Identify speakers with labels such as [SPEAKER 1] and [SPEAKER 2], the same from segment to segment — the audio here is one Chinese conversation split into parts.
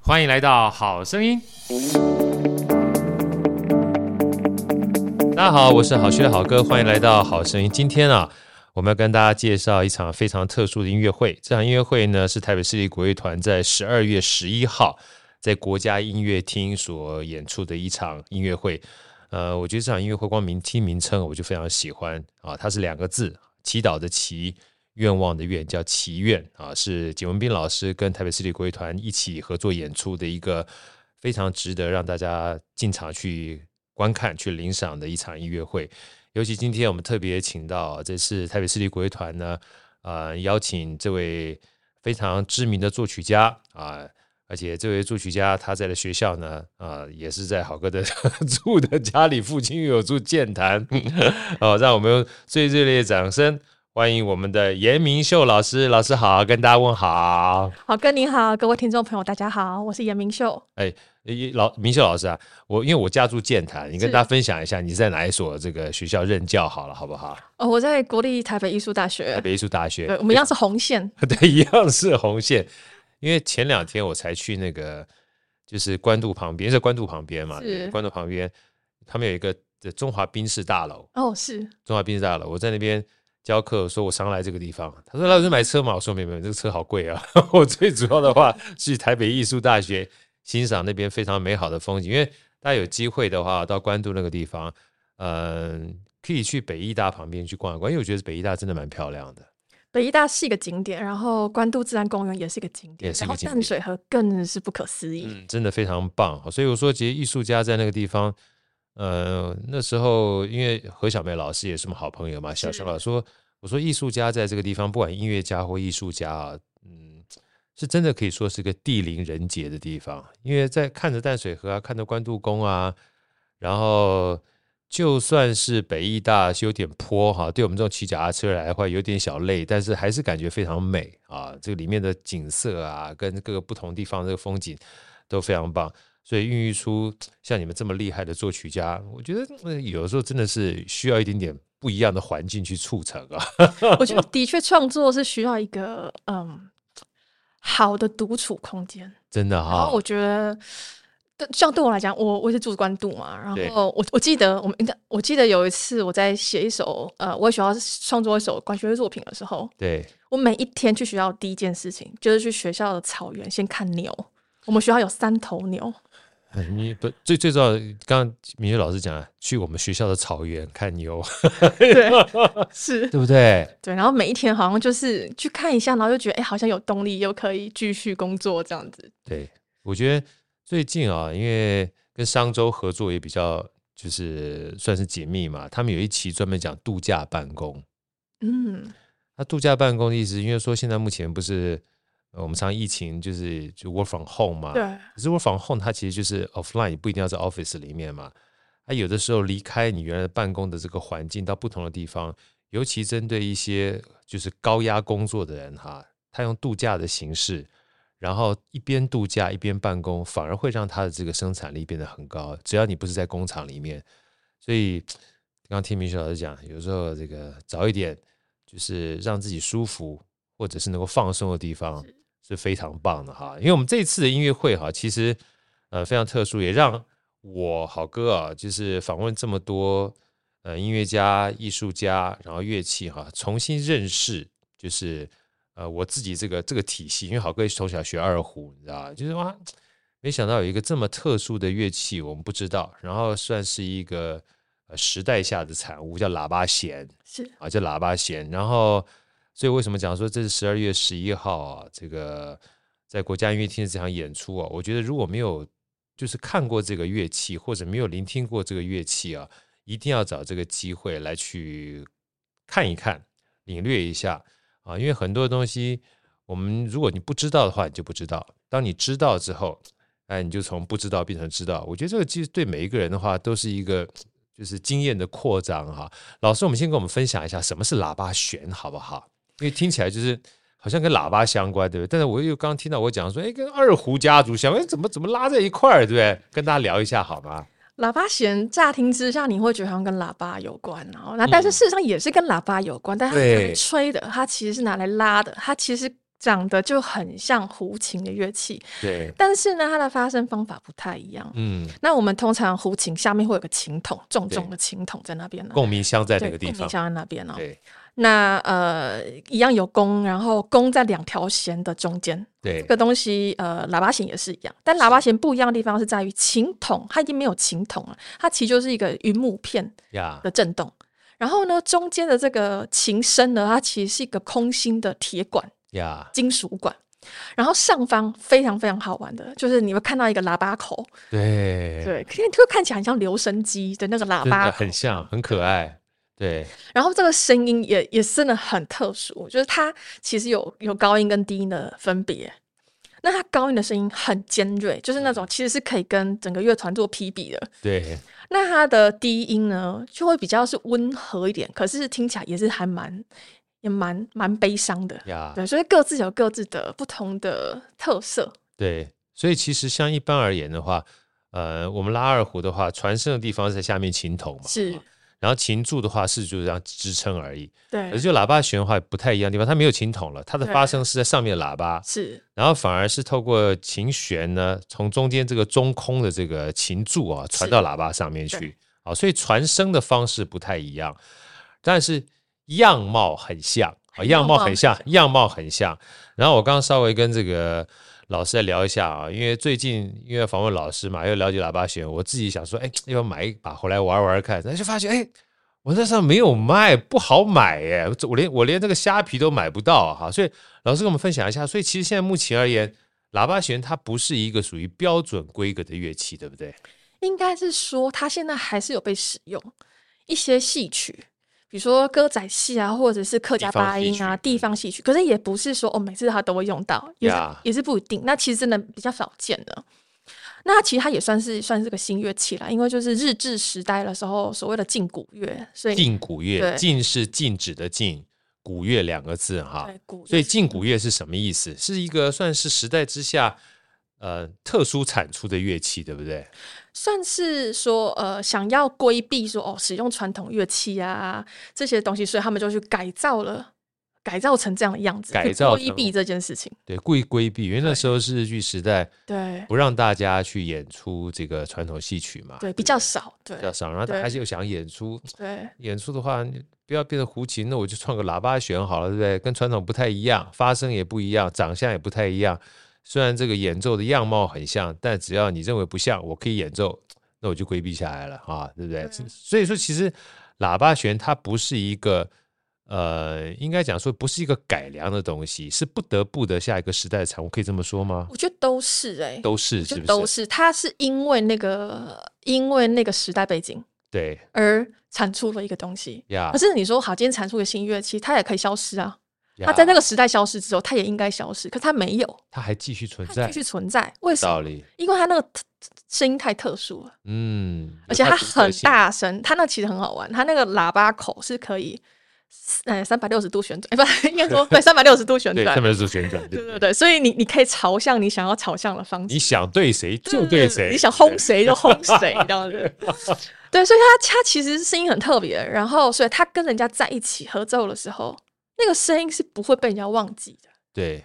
[SPEAKER 1] 欢迎来到《好声音》。大家好，我是好学的好哥，欢迎来到《好声音》。今天啊，我们要跟大家介绍一场非常特殊的音乐会。这场音乐会呢，是台北市立国乐团在十二月十一号在国家音乐厅所演出的一场音乐会。呃，我觉得这场音乐会光名听名称我就非常喜欢啊，它是两个字，祈祷的祈，愿望的愿，叫祈愿啊，是简文斌老师跟台北市立国乐团一起合作演出的一个非常值得让大家进场去观看、去领赏的一场音乐会。尤其今天我们特别请到，这是台北市立国乐团呢，呃，邀请这位非常知名的作曲家啊、而且这位作曲家他在的学校呢，呃，也是在好哥的 住的家里附近又有住剑潭， 哦，让我们用最热烈的掌声欢迎我们的严明秀老师，老师好，跟大家问好。
[SPEAKER 2] 好哥您好，各位听众朋友大家好，我是严明秀。
[SPEAKER 1] 诶老明秀老师啊，我因为我家住剑潭，你跟
[SPEAKER 2] 是
[SPEAKER 1] 大家分享一下你在哪一所这个学校任教好了，好不好？
[SPEAKER 2] 哦，我在国立台北艺术大
[SPEAKER 1] 台
[SPEAKER 2] 学，
[SPEAKER 1] 北艺术大学，
[SPEAKER 2] 对，我们一样是红线。
[SPEAKER 1] 对，一样是红线。因为前两天我才去那个，就是关渡旁边，是关渡旁边嘛，
[SPEAKER 2] 是
[SPEAKER 1] 关渡旁边，他们有一个呃中华宾士大楼，
[SPEAKER 2] 哦，是
[SPEAKER 1] 中华宾士大楼，我在那边教课，说我常来这个地方，他说老师买车嘛，我说没有没有，这个车好贵啊， 我最主要的话是去台北艺术大学欣赏那边非常美好的风景，因为大家有机会的话到关渡那个地方，嗯、可以去北艺大旁边去逛一逛，因为我觉得北艺大真的蛮漂亮的。
[SPEAKER 2] 北医大是一个景点，然后关渡自然公园也是一个景点，
[SPEAKER 1] 也是一
[SPEAKER 2] 然
[SPEAKER 1] 个
[SPEAKER 2] 后
[SPEAKER 1] 景点
[SPEAKER 2] 淡水河更是不可思议。
[SPEAKER 1] 嗯，真的非常棒。所以我说，其实艺术家在那个地方，呃，那时候因为何小梅老师也是我们好朋友嘛，小
[SPEAKER 2] 是
[SPEAKER 1] 小老师说，我说艺术家在这个地方，不管音乐家或艺术家啊，嗯，是真的可以说是个地灵人杰的地方，因为在看着淡水河啊，看着关渡宫啊，然后。就算是北艺大是有点坡哈，对我们这种骑脚踏车来的话有点小累，但是还是感觉非常美啊！这个里面的景色啊，跟各个不同地方这个风景都非常棒，所以孕育出像你们这么厉害的作曲家，我觉得呃有的时候真的是需要一点点不一样的环境去促成啊。
[SPEAKER 2] 我觉得的确创作是需要一个嗯好的独处空间。
[SPEAKER 1] 真的
[SPEAKER 2] 然
[SPEAKER 1] 哈、
[SPEAKER 2] 后我觉得，对，像对我来讲，我我是住关渡嘛，
[SPEAKER 1] 对
[SPEAKER 2] 然后我我记得我们，我记得有一次我在写一首呃，我也学校创作一首管弦乐作品的时候，
[SPEAKER 1] 对，
[SPEAKER 2] 我每一天去学校第一件事情就是去学校的草原先看牛。我们学校有三头牛，
[SPEAKER 1] 哎你不最最重要的，刚刚明月老师讲了，去我们学校的草原看牛，
[SPEAKER 2] 对，是，
[SPEAKER 1] 对不对？
[SPEAKER 2] 对。然后每一天好像就是去看一下，然后就觉得哎、好像有动力，又可以继续工作这样子。
[SPEAKER 1] 对，我觉得最近啊，因为跟商周合作也比较就是算是紧密嘛，他们有一期专门讲度假办公。
[SPEAKER 2] 嗯，
[SPEAKER 1] 那度假办公的意思，因为说现在目前不是呃我们常疫情就是就 work from home 嘛，
[SPEAKER 2] 对，
[SPEAKER 1] 可是 work from home 它其实就是 offline，也不一定要在 office 里面嘛。它有的时候离开你原来的办公的这个环境，到不同的地方，尤其针对一些就是高压工作的人哈，他用度假的形式，然后一边度假一边办公，反而会让他的这个生产力变得很高。只要你不是在工厂里面，所以刚刚听明雪老师讲，有时候这个早一点就是让自己舒服，或者是能够放松的地方是非常棒的哈。因为我们这一次的音乐会哈，其实呃非常特殊，也让我好哥啊，就是访问这么多呃音乐家、艺术家，然后乐器哈，重新认识就是呃我自己这个这个体系，因为好哥也是从小学二胡，你知道吧？就是哇，没想到有一个这么特殊的乐器，我们不知道，然后算是一个呃时代下的产物，叫喇叭弦。
[SPEAKER 2] 是
[SPEAKER 1] 啊，叫喇叭弦。然后，所以为什么讲说这是十二月十一号啊？这个在国家音乐厅的这场演出啊，我觉得如果没有就是看过这个乐器，或者没有聆听过这个乐器啊，一定要找这个机会来去看一看、领略一下啊，因为很多东西我们如果你不知道的话，你就不知道；当你知道之后，哎，你就从不知道变成知道。我觉得这个其实对每一个人的话，都是一个就是经验的扩张啊哈、老师，我们先跟我们分享一下什么是喇叭弦，好不好？因为听起来就是好像跟喇叭相关，对不对？但是我又刚听到我讲说，哎，跟二胡家族相关，哎怎么怎么拉在一块儿，对不对？跟大家聊一下好吗？
[SPEAKER 2] 喇叭弦，乍听之下你会觉得好像跟喇叭有关，哦然后那但是事实上也是跟喇叭有关，但它是拿来
[SPEAKER 1] 对
[SPEAKER 2] 吹的，它其实是拿来拉的，它其实长得就很像胡琴的乐器，
[SPEAKER 1] 对，
[SPEAKER 2] 但是呢，它的发声方法不太一样。
[SPEAKER 1] 嗯，
[SPEAKER 2] 那我们通常胡琴下面会有个琴筒，重
[SPEAKER 1] 对
[SPEAKER 2] 重的琴筒在那边呢、
[SPEAKER 1] 共鸣箱在
[SPEAKER 2] 对，
[SPEAKER 1] 那个地
[SPEAKER 2] 共鸣
[SPEAKER 1] 方，
[SPEAKER 2] 箱在那边哦。
[SPEAKER 1] 对
[SPEAKER 2] 那呃，一样有弓，然后弓在两条弦的中间，
[SPEAKER 1] 对
[SPEAKER 2] 这个东西呃，喇叭弦也是一样，但喇叭弦不一样的地方是在于琴筒，它已经没有琴筒了，它其实就是一个云母片
[SPEAKER 1] 呀，
[SPEAKER 2] 的震动。然后呢，中间的这个琴身呢，它其实是一个空心的铁管，
[SPEAKER 1] 呀，
[SPEAKER 2] 金属管。然后上方非常非常好玩的，就是你会看到一个喇叭口，
[SPEAKER 1] 对，
[SPEAKER 2] 对，可以就看起来很像留声机的那个喇
[SPEAKER 1] 真
[SPEAKER 2] 叭
[SPEAKER 1] 的
[SPEAKER 2] 口
[SPEAKER 1] 很像，很可爱，对，
[SPEAKER 2] 然后这个声音也也真的很特殊，就是它其实有有高音跟低音的分别。那它高音的声音很尖锐，就是
[SPEAKER 1] 嗯
[SPEAKER 2] 那种其实是可以跟整个乐团做匹比的。
[SPEAKER 1] 对，
[SPEAKER 2] 那它的低音呢，就会比较是温和一点，可是听起来也是还蛮也蛮蛮悲伤的。
[SPEAKER 1] 呀，
[SPEAKER 2] 对，所以各自有各自的不同的特色。
[SPEAKER 1] 对，所以其实像一般而言的话，呃，我们拉二胡的话，传声的地方是在下面琴头嘛，
[SPEAKER 2] 是，
[SPEAKER 1] 然后琴柱的话是就这样支撑而已。可
[SPEAKER 2] 对
[SPEAKER 1] 呃是，就喇叭弦的话不太一样的地方，它没有琴筒了，它的
[SPEAKER 2] 哎对
[SPEAKER 1] 发声是在上面的喇叭，
[SPEAKER 2] 是，
[SPEAKER 1] 然后反而是透过琴弦呢，从中间这个中空的这个琴柱啊，传
[SPEAKER 2] 是
[SPEAKER 1] 到喇叭上面去
[SPEAKER 2] 对
[SPEAKER 1] 啊，所以传声的方式不太一样，但是样貌很像啊，样貌很像，样貌很像。然后我刚刚稍微跟这个老师再聊一下啊，因为最近因为访问老师嘛，又了解喇叭弦，我自己想说，哎，要不要买一把回来玩玩看？然后就发现，哎。我那上没有卖，不好买耶！我这我连我连这个虾皮都买不到啊哈、所以老师跟我们分享一下，所以其实现在目前而言，喇叭弦它不是一个属于标准规格的乐器，对不对？
[SPEAKER 2] 应该是说它现在还是有被使用一些戏曲，比如说歌仔戏啊，或者是客家
[SPEAKER 1] 地方
[SPEAKER 2] 八音啊、
[SPEAKER 1] 戏曲嗯
[SPEAKER 2] 地方戏曲。可是也不是说哦，每次它都会用到，也是
[SPEAKER 1] Yeah
[SPEAKER 2] 也是不一定。那其实真的比较少见的。那其实它也算是算是个新乐器啦，因为就是日治时代的时候所谓的禁鼓乐，所以
[SPEAKER 1] 禁鼓乐，
[SPEAKER 2] 对
[SPEAKER 1] 禁是禁止的禁，鼓乐两个字哈
[SPEAKER 2] 对。鼓乐
[SPEAKER 1] 啊所以
[SPEAKER 2] 是
[SPEAKER 1] 禁鼓乐是什么意思？是一个算是时代之下，呃，特殊产出的乐器，对不对？
[SPEAKER 2] 算是说呃想要规避说哦使用传统乐器啊这些东西，所以他们就去改造了。改造成这样的样子，去
[SPEAKER 1] 改造
[SPEAKER 2] 规
[SPEAKER 1] 成
[SPEAKER 2] 避这件事情，
[SPEAKER 1] 对，故意规避，因为那时候是日据时代，
[SPEAKER 2] 对
[SPEAKER 1] 不让大家去演出这个传统戏曲嘛，
[SPEAKER 2] 对，
[SPEAKER 1] 不
[SPEAKER 2] 比较少，对
[SPEAKER 1] 比较少，然后大家
[SPEAKER 2] 对
[SPEAKER 1] 就想演出，
[SPEAKER 2] 对
[SPEAKER 1] 演出的话，你不要变成胡琴，那我就创个喇叭弦好了，对不对？跟传统不太一样，发声也不一样，长相也不太一样。虽然这个演奏的样貌很像，但只要你认为不像，我可以演奏，那我就规避下来了啊，对不对？
[SPEAKER 2] 对
[SPEAKER 1] 所以说，其实喇叭弦它不是一个。呃，应该讲说不是一个改良的东西，是不得不的下一个时代的产物，可以这么说吗？
[SPEAKER 2] 我觉得都是哎、
[SPEAKER 1] 都是
[SPEAKER 2] 我觉
[SPEAKER 1] 是
[SPEAKER 2] 得
[SPEAKER 1] 不
[SPEAKER 2] 都
[SPEAKER 1] 是？
[SPEAKER 2] 是，它是因为那个因为那个时代背景
[SPEAKER 1] 对
[SPEAKER 2] 而产出了一个东西。
[SPEAKER 1] 呀
[SPEAKER 2] 可，是你说好，今天产出个新乐器，它也可以消失啊。它
[SPEAKER 1] 呀
[SPEAKER 2] 在那个时代消失之后，它也应该消失，可它没有，
[SPEAKER 1] 它还继续存
[SPEAKER 2] 它
[SPEAKER 1] 在
[SPEAKER 2] 继，续存在。为什
[SPEAKER 1] 道
[SPEAKER 2] 么？
[SPEAKER 1] 理，
[SPEAKER 2] 因为它那个特声音太特殊了，
[SPEAKER 1] 嗯，有
[SPEAKER 2] 而且它
[SPEAKER 1] 独特
[SPEAKER 2] 很
[SPEAKER 1] 性，
[SPEAKER 2] 大声，它那其实很好玩，它那个喇叭口是可以。呃，三百六十度旋转，哎、 不，应该说对，三百六十度旋
[SPEAKER 1] 对，
[SPEAKER 2] 转
[SPEAKER 1] 上，面是旋 转，
[SPEAKER 2] 对
[SPEAKER 1] 不
[SPEAKER 2] 对对，所以你你可以朝向你想要朝向的方向，
[SPEAKER 1] 你想对谁就对谁，
[SPEAKER 2] 你想轰谁就轰谁，这样 子。对，所以他他其实声音很特别，然后所以他跟人家在一起合奏的时候，那个声音是不会被人家忘记的。
[SPEAKER 1] 对，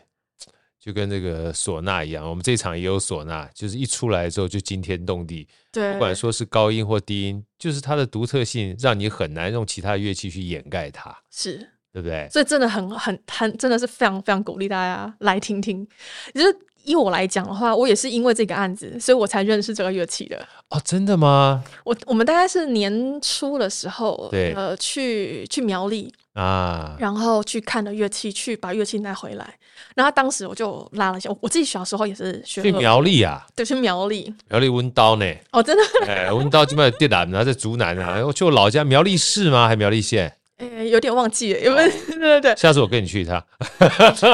[SPEAKER 1] 就跟这个唢呐一样，我们这场也有唢呐，就是一出来之后就惊天动地，
[SPEAKER 2] 对，
[SPEAKER 1] 不管说是高音或低音，就是它的独特性让你很难用其他乐器去掩盖它，
[SPEAKER 2] 是，
[SPEAKER 1] 对不对？
[SPEAKER 2] 所以真的很很很真的是非常非常鼓励大家来听听。就是以我来讲的话，我也是因为这个案子，所以我才认识这个乐器的。
[SPEAKER 1] 哦，真的吗？
[SPEAKER 2] 我我们大概是年初的时候，
[SPEAKER 1] 对
[SPEAKER 2] 呃，去去苗栗，
[SPEAKER 1] 啊，
[SPEAKER 2] 然后去看了乐器，去把乐器拿回来。然后当时我就拉了一下，我我自己小时候也是学
[SPEAKER 1] 去
[SPEAKER 2] 俄
[SPEAKER 1] 苗栗啊，
[SPEAKER 2] 对，去苗栗。
[SPEAKER 1] 苗栗温刀 呢，
[SPEAKER 2] 哦，真的，
[SPEAKER 1] 哎，温刀这边有电缆，然后在竹南啊，我去我老家苗栗市吗？还苗栗县？
[SPEAKER 2] 呃，有 点忘记了，因为、对对对。
[SPEAKER 1] 下次我跟你去一趟，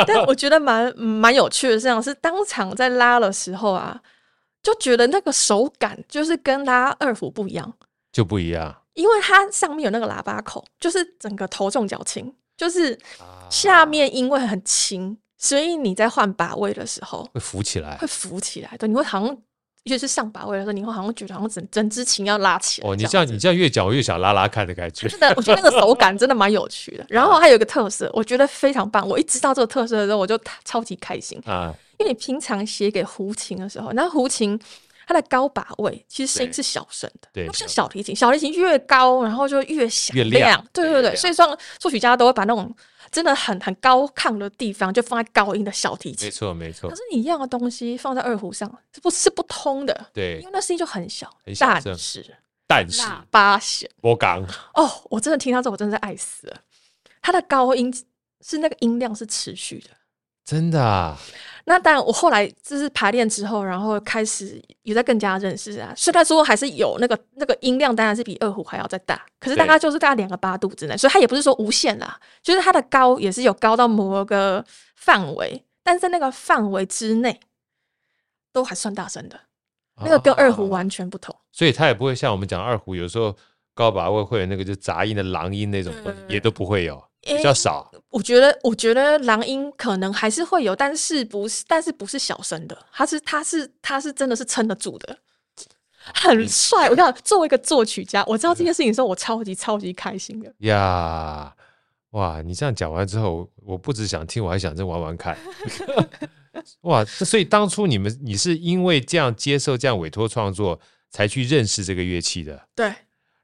[SPEAKER 2] 但我觉得蛮嗯蛮有趣的，这样是当场在拉的时候啊，就觉得那个手感就是跟拉二胡不一样，
[SPEAKER 1] 就不一样。
[SPEAKER 2] 因为它上面有那个喇叭口，就是整个头重脚轻，就是
[SPEAKER 1] 啊
[SPEAKER 2] 下面因为很轻，所以你在换把位的时候
[SPEAKER 1] 会浮起来
[SPEAKER 2] 会浮起来，对，你会好像越是上把位的时候，你会好像觉得好像整整只琴要拉起来。
[SPEAKER 1] 哦，你
[SPEAKER 2] 这
[SPEAKER 1] 这样你这样越讲，我越想拉拉看的感觉。
[SPEAKER 2] 真的，我觉得那个手感真的蛮有趣的。然后
[SPEAKER 1] 啊
[SPEAKER 2] 还有一个特色，我觉得非常棒。我一知道这个特色的时候，我就超级开心，
[SPEAKER 1] 啊，
[SPEAKER 2] 因为你平常写给胡琴的时候，那胡琴它的高把位其实声音
[SPEAKER 1] 对
[SPEAKER 2] 是小声的，
[SPEAKER 1] 对
[SPEAKER 2] 它不像
[SPEAKER 1] 小
[SPEAKER 2] 小提琴，小提琴越高，然后就越响
[SPEAKER 1] 越亮
[SPEAKER 2] 对
[SPEAKER 1] 越
[SPEAKER 2] 对对，
[SPEAKER 1] 亮
[SPEAKER 2] 所以说作曲家都会把那种真的很很高亢的地方就放在高音的小提
[SPEAKER 1] 没
[SPEAKER 2] 琴。
[SPEAKER 1] 错没错
[SPEAKER 2] 可，是你一样的东西放在二胡上是不是不通的，因
[SPEAKER 1] 对
[SPEAKER 2] 为，那声音就很小，
[SPEAKER 1] 很小
[SPEAKER 2] 但
[SPEAKER 1] 声
[SPEAKER 2] 是
[SPEAKER 1] 但是
[SPEAKER 2] 喇叭响。
[SPEAKER 1] 我刚
[SPEAKER 2] 哦，我真的听到这，我真的是爱死了。它的高音是那个音量是持续的。
[SPEAKER 1] 真的啊，
[SPEAKER 2] 那当然，我后来就是排练之后，然后开始有在更加认识啊。虽然说还是有那个那个音量，当然是比二胡还要再大，可是大
[SPEAKER 1] 对
[SPEAKER 2] 概就是大概两个八度之内，所以它也不是说无限啦，就是它的高也是有高到某个范围，但是在那个范围之内都还算大声的，那个跟二胡
[SPEAKER 1] 啊，
[SPEAKER 2] 完全不同。
[SPEAKER 1] 所以他也不会像我们讲二胡，有时候高把位会有那个就杂音的狼音那种
[SPEAKER 2] 对对，对
[SPEAKER 1] 也都不会有，
[SPEAKER 2] 诶
[SPEAKER 1] 比较少
[SPEAKER 2] 我觉得，我觉得狼音可能还是会有，但是不是，但是不是小声的，他是他是他是真的是撑得住的，
[SPEAKER 1] 嗯
[SPEAKER 2] 很帅。我跟你讲，作为一个作曲家，我知道这件事情的时候，我超级超级开心的。
[SPEAKER 1] 呀。哇，你这样讲完之后，我不只想听，我还想再玩玩看。 哇，这所以当初你们你是因为这样接受这样委托创作，才去认识这个乐器的。
[SPEAKER 2] 对，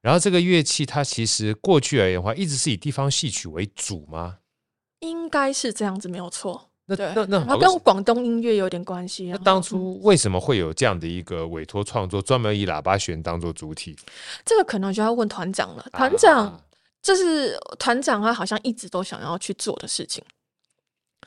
[SPEAKER 1] 然后这个乐器它其实过去而言的话，一直是以地方戏曲为主吗？
[SPEAKER 2] 应该是这样子，没有错。
[SPEAKER 1] 那
[SPEAKER 2] 对，
[SPEAKER 1] 那那
[SPEAKER 2] 然
[SPEAKER 1] 好
[SPEAKER 2] 后
[SPEAKER 1] 个
[SPEAKER 2] 跟广东音乐有点关系。
[SPEAKER 1] 那
[SPEAKER 2] 然后
[SPEAKER 1] 当
[SPEAKER 2] 嗯
[SPEAKER 1] 初为什么会有这样的一个委托创作，专门以喇叭弦当做主体？
[SPEAKER 2] 这个可能就要问团长了。团
[SPEAKER 1] 啊
[SPEAKER 2] 长，这是团长，他好像一直都想要去做的事情。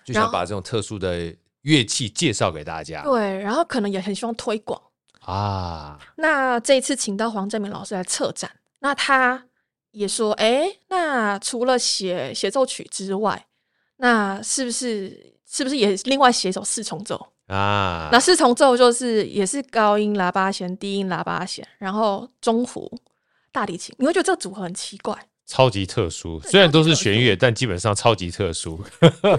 [SPEAKER 1] 就
[SPEAKER 2] 然
[SPEAKER 1] 想
[SPEAKER 2] 后
[SPEAKER 1] 把这种特殊的乐器介绍给大家。
[SPEAKER 2] 对，然后可能也很希望推广。
[SPEAKER 1] 啊，
[SPEAKER 2] 那这一次请到黄正明老师来策展，那他也说，哎、那除了写协奏曲之外，那是不是是不是也另外写一首四重奏？
[SPEAKER 1] 啊
[SPEAKER 2] 那，四重奏就是也是高音喇叭弦、低音喇叭弦，然后中胡、大提琴，你会觉得这个组合很奇怪。
[SPEAKER 1] 超级特殊，虽然
[SPEAKER 2] 超级
[SPEAKER 1] 都是
[SPEAKER 2] 特
[SPEAKER 1] 弦乐，但基本上超级特殊。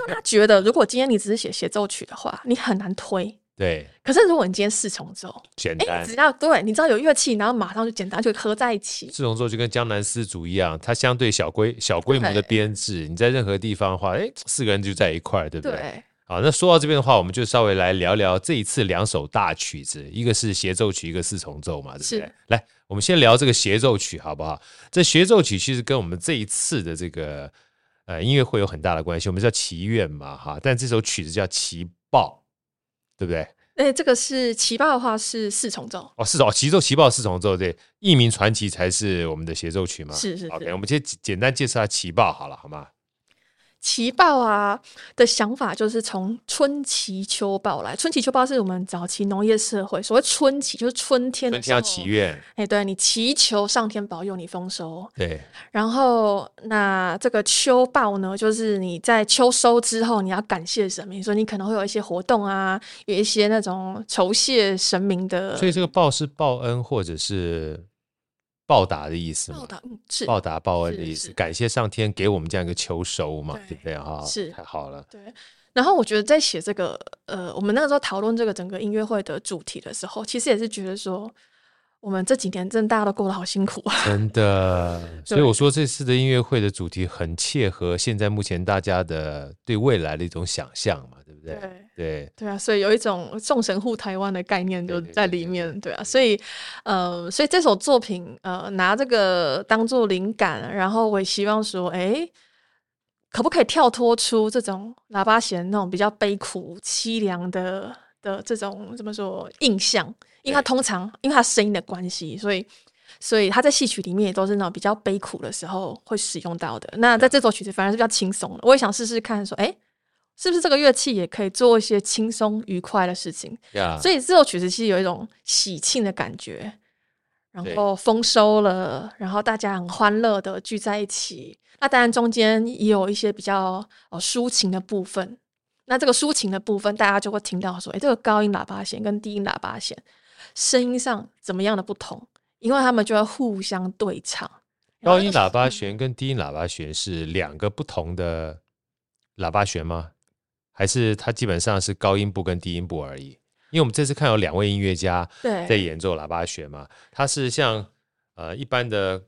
[SPEAKER 2] 他觉得如果今天你只是写协奏曲的话，你很难推。
[SPEAKER 1] 对，
[SPEAKER 2] 可是如果你今天四重奏，
[SPEAKER 1] 简
[SPEAKER 2] 哎、
[SPEAKER 1] 单
[SPEAKER 2] 只。要对你知道有乐器，然后马上就简单就合在一起，
[SPEAKER 1] 四重奏就跟江南丝竹一样，它相对小规小规模的
[SPEAKER 2] 对
[SPEAKER 1] 编制，你在任何地方的话，哎，四个人就在一块儿，对不对？
[SPEAKER 2] 对。
[SPEAKER 1] 好，那说到这边的话，我们就稍微来聊聊这一次两首大曲子，一个是协奏曲，一个四重奏嘛，对不对
[SPEAKER 2] 是？
[SPEAKER 1] 来，我们先聊这个协奏曲好不好？这协奏曲其实跟我们这一次的这个呃音乐会有很大的关系，我们叫祈愿嘛，哈，但这首曲子叫祈报，对不对？
[SPEAKER 2] 哎、这个是齐报的话是四重奏，
[SPEAKER 1] 哦，四重哦，齐奏、齐报、四重奏，对，佚名传奇才是我们的协奏曲嘛。
[SPEAKER 2] 是是是
[SPEAKER 1] OK，我们先简简单介绍下齐报好了，好吗？
[SPEAKER 2] 齐报啊的想法就是从春祈秋报来。春祈秋报是我们早期农业社会所谓春祈，就是春天的
[SPEAKER 1] 春
[SPEAKER 2] 时
[SPEAKER 1] 天
[SPEAKER 2] 候。
[SPEAKER 1] 要祈愿，
[SPEAKER 2] 哎、对你祈求上天保佑你丰收。
[SPEAKER 1] 对，
[SPEAKER 2] 然后那这个秋报呢，就是你在秋收之后，你要感谢神明，所以你可能会有一些活动啊，有一些那种酬谢神明的
[SPEAKER 1] 所以这个报是报恩或者是报答的意思嘛
[SPEAKER 2] 报？答，嗯，是
[SPEAKER 1] 报答报恩的
[SPEAKER 2] 是
[SPEAKER 1] 意思，
[SPEAKER 2] 是
[SPEAKER 1] 感谢上天给我们这样一个秋收嘛，对
[SPEAKER 2] 对
[SPEAKER 1] 不对啊？
[SPEAKER 2] 是
[SPEAKER 1] 太好了，
[SPEAKER 2] 对，然后我觉得在写这个，呃，我们那个时候讨论这个整个音乐会的主题的时候，其实也是觉得说，我们这几年真的大家都过得好辛苦啊。
[SPEAKER 1] 真的。所以我说这次的音乐会的主题很切合现在目前大家的对未来的一种想象嘛，对不对？
[SPEAKER 2] 对
[SPEAKER 1] 对
[SPEAKER 2] 对啊，所以有一种众神护台湾的概念
[SPEAKER 1] 对
[SPEAKER 2] 就
[SPEAKER 1] 对
[SPEAKER 2] 在
[SPEAKER 1] 对
[SPEAKER 2] 里
[SPEAKER 1] 对
[SPEAKER 2] 面，对啊，所以，呃，所以这首作品，呃，拿这个当做灵感，然后我也希望说，哎，可不可以跳脱出这种喇叭弦那种比较悲苦、凄凉的的这种怎么说印象？因为它
[SPEAKER 1] 对
[SPEAKER 2] 通常因为它声音的关系，所以。所以它在戏曲里面也都是那种比较悲苦的时候会使用到的。那在
[SPEAKER 1] 啊
[SPEAKER 2] 这首曲子反而是比较轻松的。我也想试试看，说，哎、是不是这个乐器也可以做一些轻松愉快的事情？
[SPEAKER 1] 呀，
[SPEAKER 2] 所以这首曲子其实有一种喜庆的感觉，然后丰收了，然后大家很欢乐的聚在一起。那当然中间也有一些比较呃抒情的部分。那这个抒情的部分，大家就会听到说，诶，这个高音喇叭弦跟低音喇叭弦声音上怎么样的不同？因为他们就要互相对唱。然后
[SPEAKER 1] 高音
[SPEAKER 2] 这个
[SPEAKER 1] 喇叭弦跟低音喇叭弦是两个不同的喇叭弦吗？还是它基本上是高音部跟低音部而已？因为我们这次看有两位音乐家在
[SPEAKER 2] 对，
[SPEAKER 1] 演奏喇叭弦嘛，它是像呃一般的，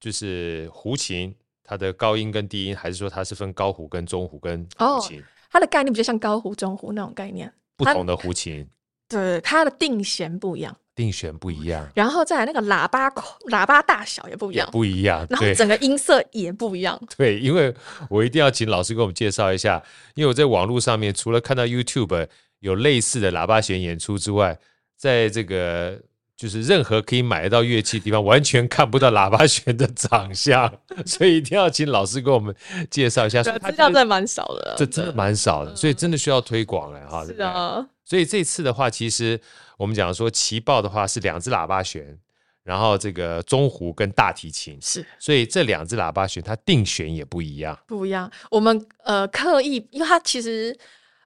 [SPEAKER 1] 就是胡琴，它的高音跟低音，还是说它是分高胡跟中胡跟胡
[SPEAKER 2] 哦
[SPEAKER 1] 琴、
[SPEAKER 2] 它的概念比较像高胡、中胡那种概念。
[SPEAKER 1] 不
[SPEAKER 2] 它
[SPEAKER 1] 同的胡琴
[SPEAKER 2] 对，它的定弦不一样，
[SPEAKER 1] 定弦不一样，
[SPEAKER 2] 然后再来那个喇叭口喇叭大小也不一
[SPEAKER 1] 也
[SPEAKER 2] 样，
[SPEAKER 1] 不一样，
[SPEAKER 2] 然
[SPEAKER 1] 对
[SPEAKER 2] 后整个音色也不一样。
[SPEAKER 1] 对，因为我一定要请老师给我们介绍一下，因为我在网络上面除了看到 YouTube 有类似的喇叭弦演出之外，在这个就是任何可以买得到乐器的地方，完全看不到喇叭弦的长相，所以一定要请老师给我们介绍一下。所以
[SPEAKER 2] 对
[SPEAKER 1] 它
[SPEAKER 2] 资料
[SPEAKER 1] 真
[SPEAKER 2] 真
[SPEAKER 1] 的
[SPEAKER 2] 的蛮少的啊，
[SPEAKER 1] 这真的蛮少的，所以真的需要推广了哈。对
[SPEAKER 2] 是
[SPEAKER 1] 不对，
[SPEAKER 2] 啊，
[SPEAKER 1] 所以这次的话，其实我们讲说齐爆的话是两只喇叭弦，然后这个中胡跟大提琴，
[SPEAKER 2] 是
[SPEAKER 1] 所以这两只喇叭弦它定弦也不一样。
[SPEAKER 2] 不一样。我们呃刻意，因为它其实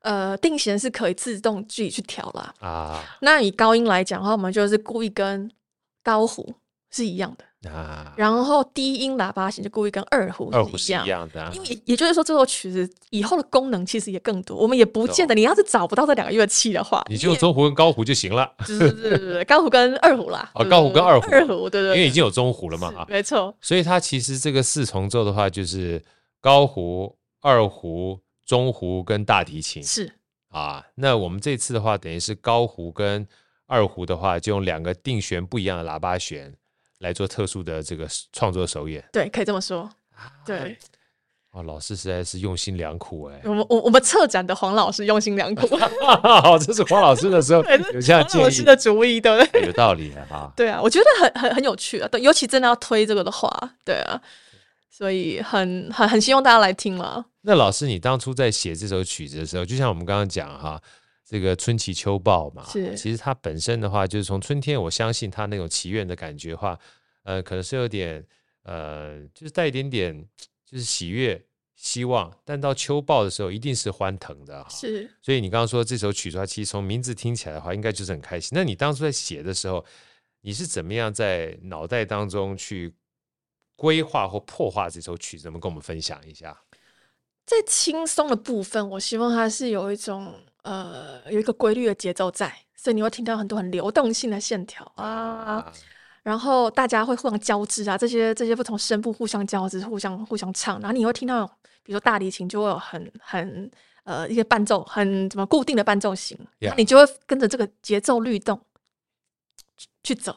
[SPEAKER 2] 呃定弦是可以自动自己去调啦。
[SPEAKER 1] 啊
[SPEAKER 2] 那以高音来讲的话，我们就是故意跟高胡是一样的，
[SPEAKER 1] 啊，
[SPEAKER 2] 然后低音喇叭型就故意跟二胡
[SPEAKER 1] 二胡
[SPEAKER 2] 是
[SPEAKER 1] 是
[SPEAKER 2] 一
[SPEAKER 1] 一
[SPEAKER 2] 样。
[SPEAKER 1] 样的啊、
[SPEAKER 2] 因为也也就是说，这首曲子以后的功能其实也更多。我们也不见得，你要是找不到这两个乐器的话，
[SPEAKER 1] 你就中胡跟高胡就行了，
[SPEAKER 2] 对对对对对，高胡跟二胡啦。
[SPEAKER 1] 哦
[SPEAKER 2] 对
[SPEAKER 1] 高胡跟二胡
[SPEAKER 2] 二胡，对
[SPEAKER 1] 因
[SPEAKER 2] 对对，
[SPEAKER 1] 为已经有中胡了嘛
[SPEAKER 2] 是
[SPEAKER 1] 啊，
[SPEAKER 2] 没错，
[SPEAKER 1] 所以它其实这个四重奏的话，就是高胡、二胡、中胡跟大提琴
[SPEAKER 2] 是
[SPEAKER 1] 啊。那我们这次的话，等于是高胡跟二胡的话，就用两个定弦不一样的喇叭弦来做特殊的这个创作首演。
[SPEAKER 2] 对，可以这么说。
[SPEAKER 1] 啊
[SPEAKER 2] 对，
[SPEAKER 1] 哦，老师实在是用心良苦哎、
[SPEAKER 2] 我们我我们策展的黄老师用心良苦，
[SPEAKER 1] 好，这是黄老师的时候有这样
[SPEAKER 2] 黄
[SPEAKER 1] 建
[SPEAKER 2] 老师
[SPEAKER 1] 议，
[SPEAKER 2] 的主意，对不对？
[SPEAKER 1] 有道理的哈。
[SPEAKER 2] 对啊，我觉得很很很有趣啊，对，尤其真的要推这个的话，对啊，所以很很很希望大家来听啦。
[SPEAKER 1] 那老师，你当初在写这首曲子的时候，就像我们刚刚讲哈，这个春其秋抱嘛，
[SPEAKER 2] 是
[SPEAKER 1] 其实它本身的话，就是从春天，我相信它那种祈愿的感觉的话，呃，可能是有点呃，就是带一点点就是喜悦、希望，但到秋抱的时候，一定是欢腾的哈。
[SPEAKER 2] 是
[SPEAKER 1] 所以你刚刚说这首曲子的话，其实从名字听起来的话，应该就是很开心。那你当初在写的时候，你是怎么样在脑袋当中去规划或破化这首曲子？能不能跟我们分享一下？
[SPEAKER 2] 在轻松的部分，我希望它是有一种呃有一个规律的节奏在，所以你会听到很多很流动性的线条啊，然后大家会互相交织啊，这些这些不同声部互相交织，互相互相唱，然后你会听到，比如说大提琴就会有很很呃一些伴奏，很怎么固定的伴奏型
[SPEAKER 1] Yeah
[SPEAKER 2] 你就会跟着这个节奏律动去走。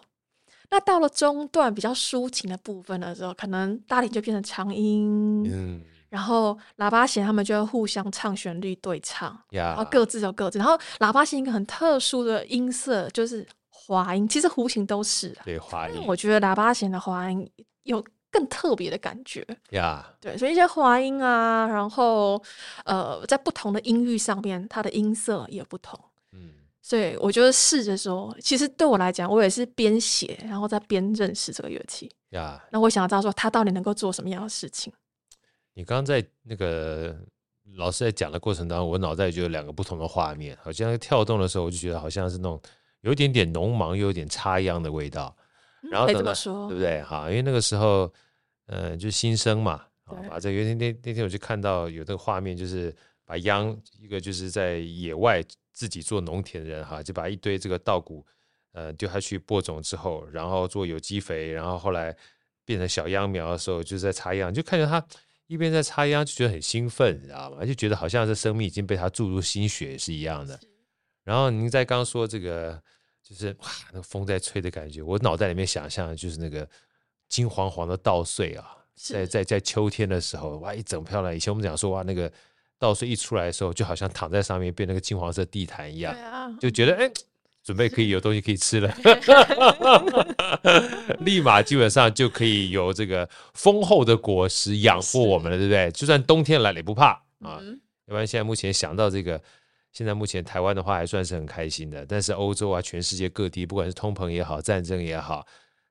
[SPEAKER 2] 那到了中段比较抒情的部分的时候，可能大提琴就变成长音，
[SPEAKER 1] 嗯
[SPEAKER 2] 然后喇叭弦他们就会互相唱旋律对唱，
[SPEAKER 1] 呀
[SPEAKER 2] 然后啊各自有各自，然后喇叭弦一个很特殊的音色就是滑音，其实弧形都是啊。
[SPEAKER 1] 对华
[SPEAKER 2] 但
[SPEAKER 1] 音
[SPEAKER 2] 我觉得喇叭弦的滑音有更特别的感觉，
[SPEAKER 1] 呀，
[SPEAKER 2] 对，所以一些滑音啊，然后呃，在不同的音域上面，它的音色也不同，
[SPEAKER 1] 嗯，
[SPEAKER 2] 所以我觉得试着说，其实对我来讲，我也是边写，然后再边认识这个乐器，
[SPEAKER 1] 呀，
[SPEAKER 2] 那我想要知道说它到底能够做什么样的事情，
[SPEAKER 1] 你刚刚在那个老师在讲的过程当中，我脑袋就有两个不同的画面，好像跳动的时候，我就觉得好像是那种有一点点浓茫又有点插秧的味道，
[SPEAKER 2] 嗯
[SPEAKER 1] 然后
[SPEAKER 2] 可以
[SPEAKER 1] 等
[SPEAKER 2] 这么
[SPEAKER 1] 到
[SPEAKER 2] 说，
[SPEAKER 1] 对不对？哈，因为那个时候，呃，就新生嘛，啊，
[SPEAKER 2] 对
[SPEAKER 1] 把这个有一天那那天我就看到有这个画面，就是把秧一个就是在野外自己做农田的人哈，就把一堆这个稻谷，呃，丢下去播种之后，然后做有机肥，然后后来变成小秧苗的时候，就是在插秧，就看着他。一边在插秧，就觉得很兴奋，你知道吗？就觉得好像这生命已经被他注入心血是一样的。然后您在刚刚说这个，就是哇，那个风在吹的感觉，我脑袋里面想象的就是那个金黄黄的稻穗啊，
[SPEAKER 2] 是
[SPEAKER 1] 在在在秋天的时候，哇，一整漂亮。以前我们讲说哇，那个稻穗一出来的时候，就好像躺在上面变那个金黄色地毯一样
[SPEAKER 2] 对，啊，
[SPEAKER 1] 就觉得哎。准备可以有东西可以吃 了，立马基本上就可以有这个丰厚的果实养活我们了，对不对？就算冬天来了也不怕啊，
[SPEAKER 2] 嗯
[SPEAKER 1] 要不然现在目前想到这个，现在目前台湾的话还算是很开心的，但是欧洲啊，全世界各地，不管是通膨也好，战争也好，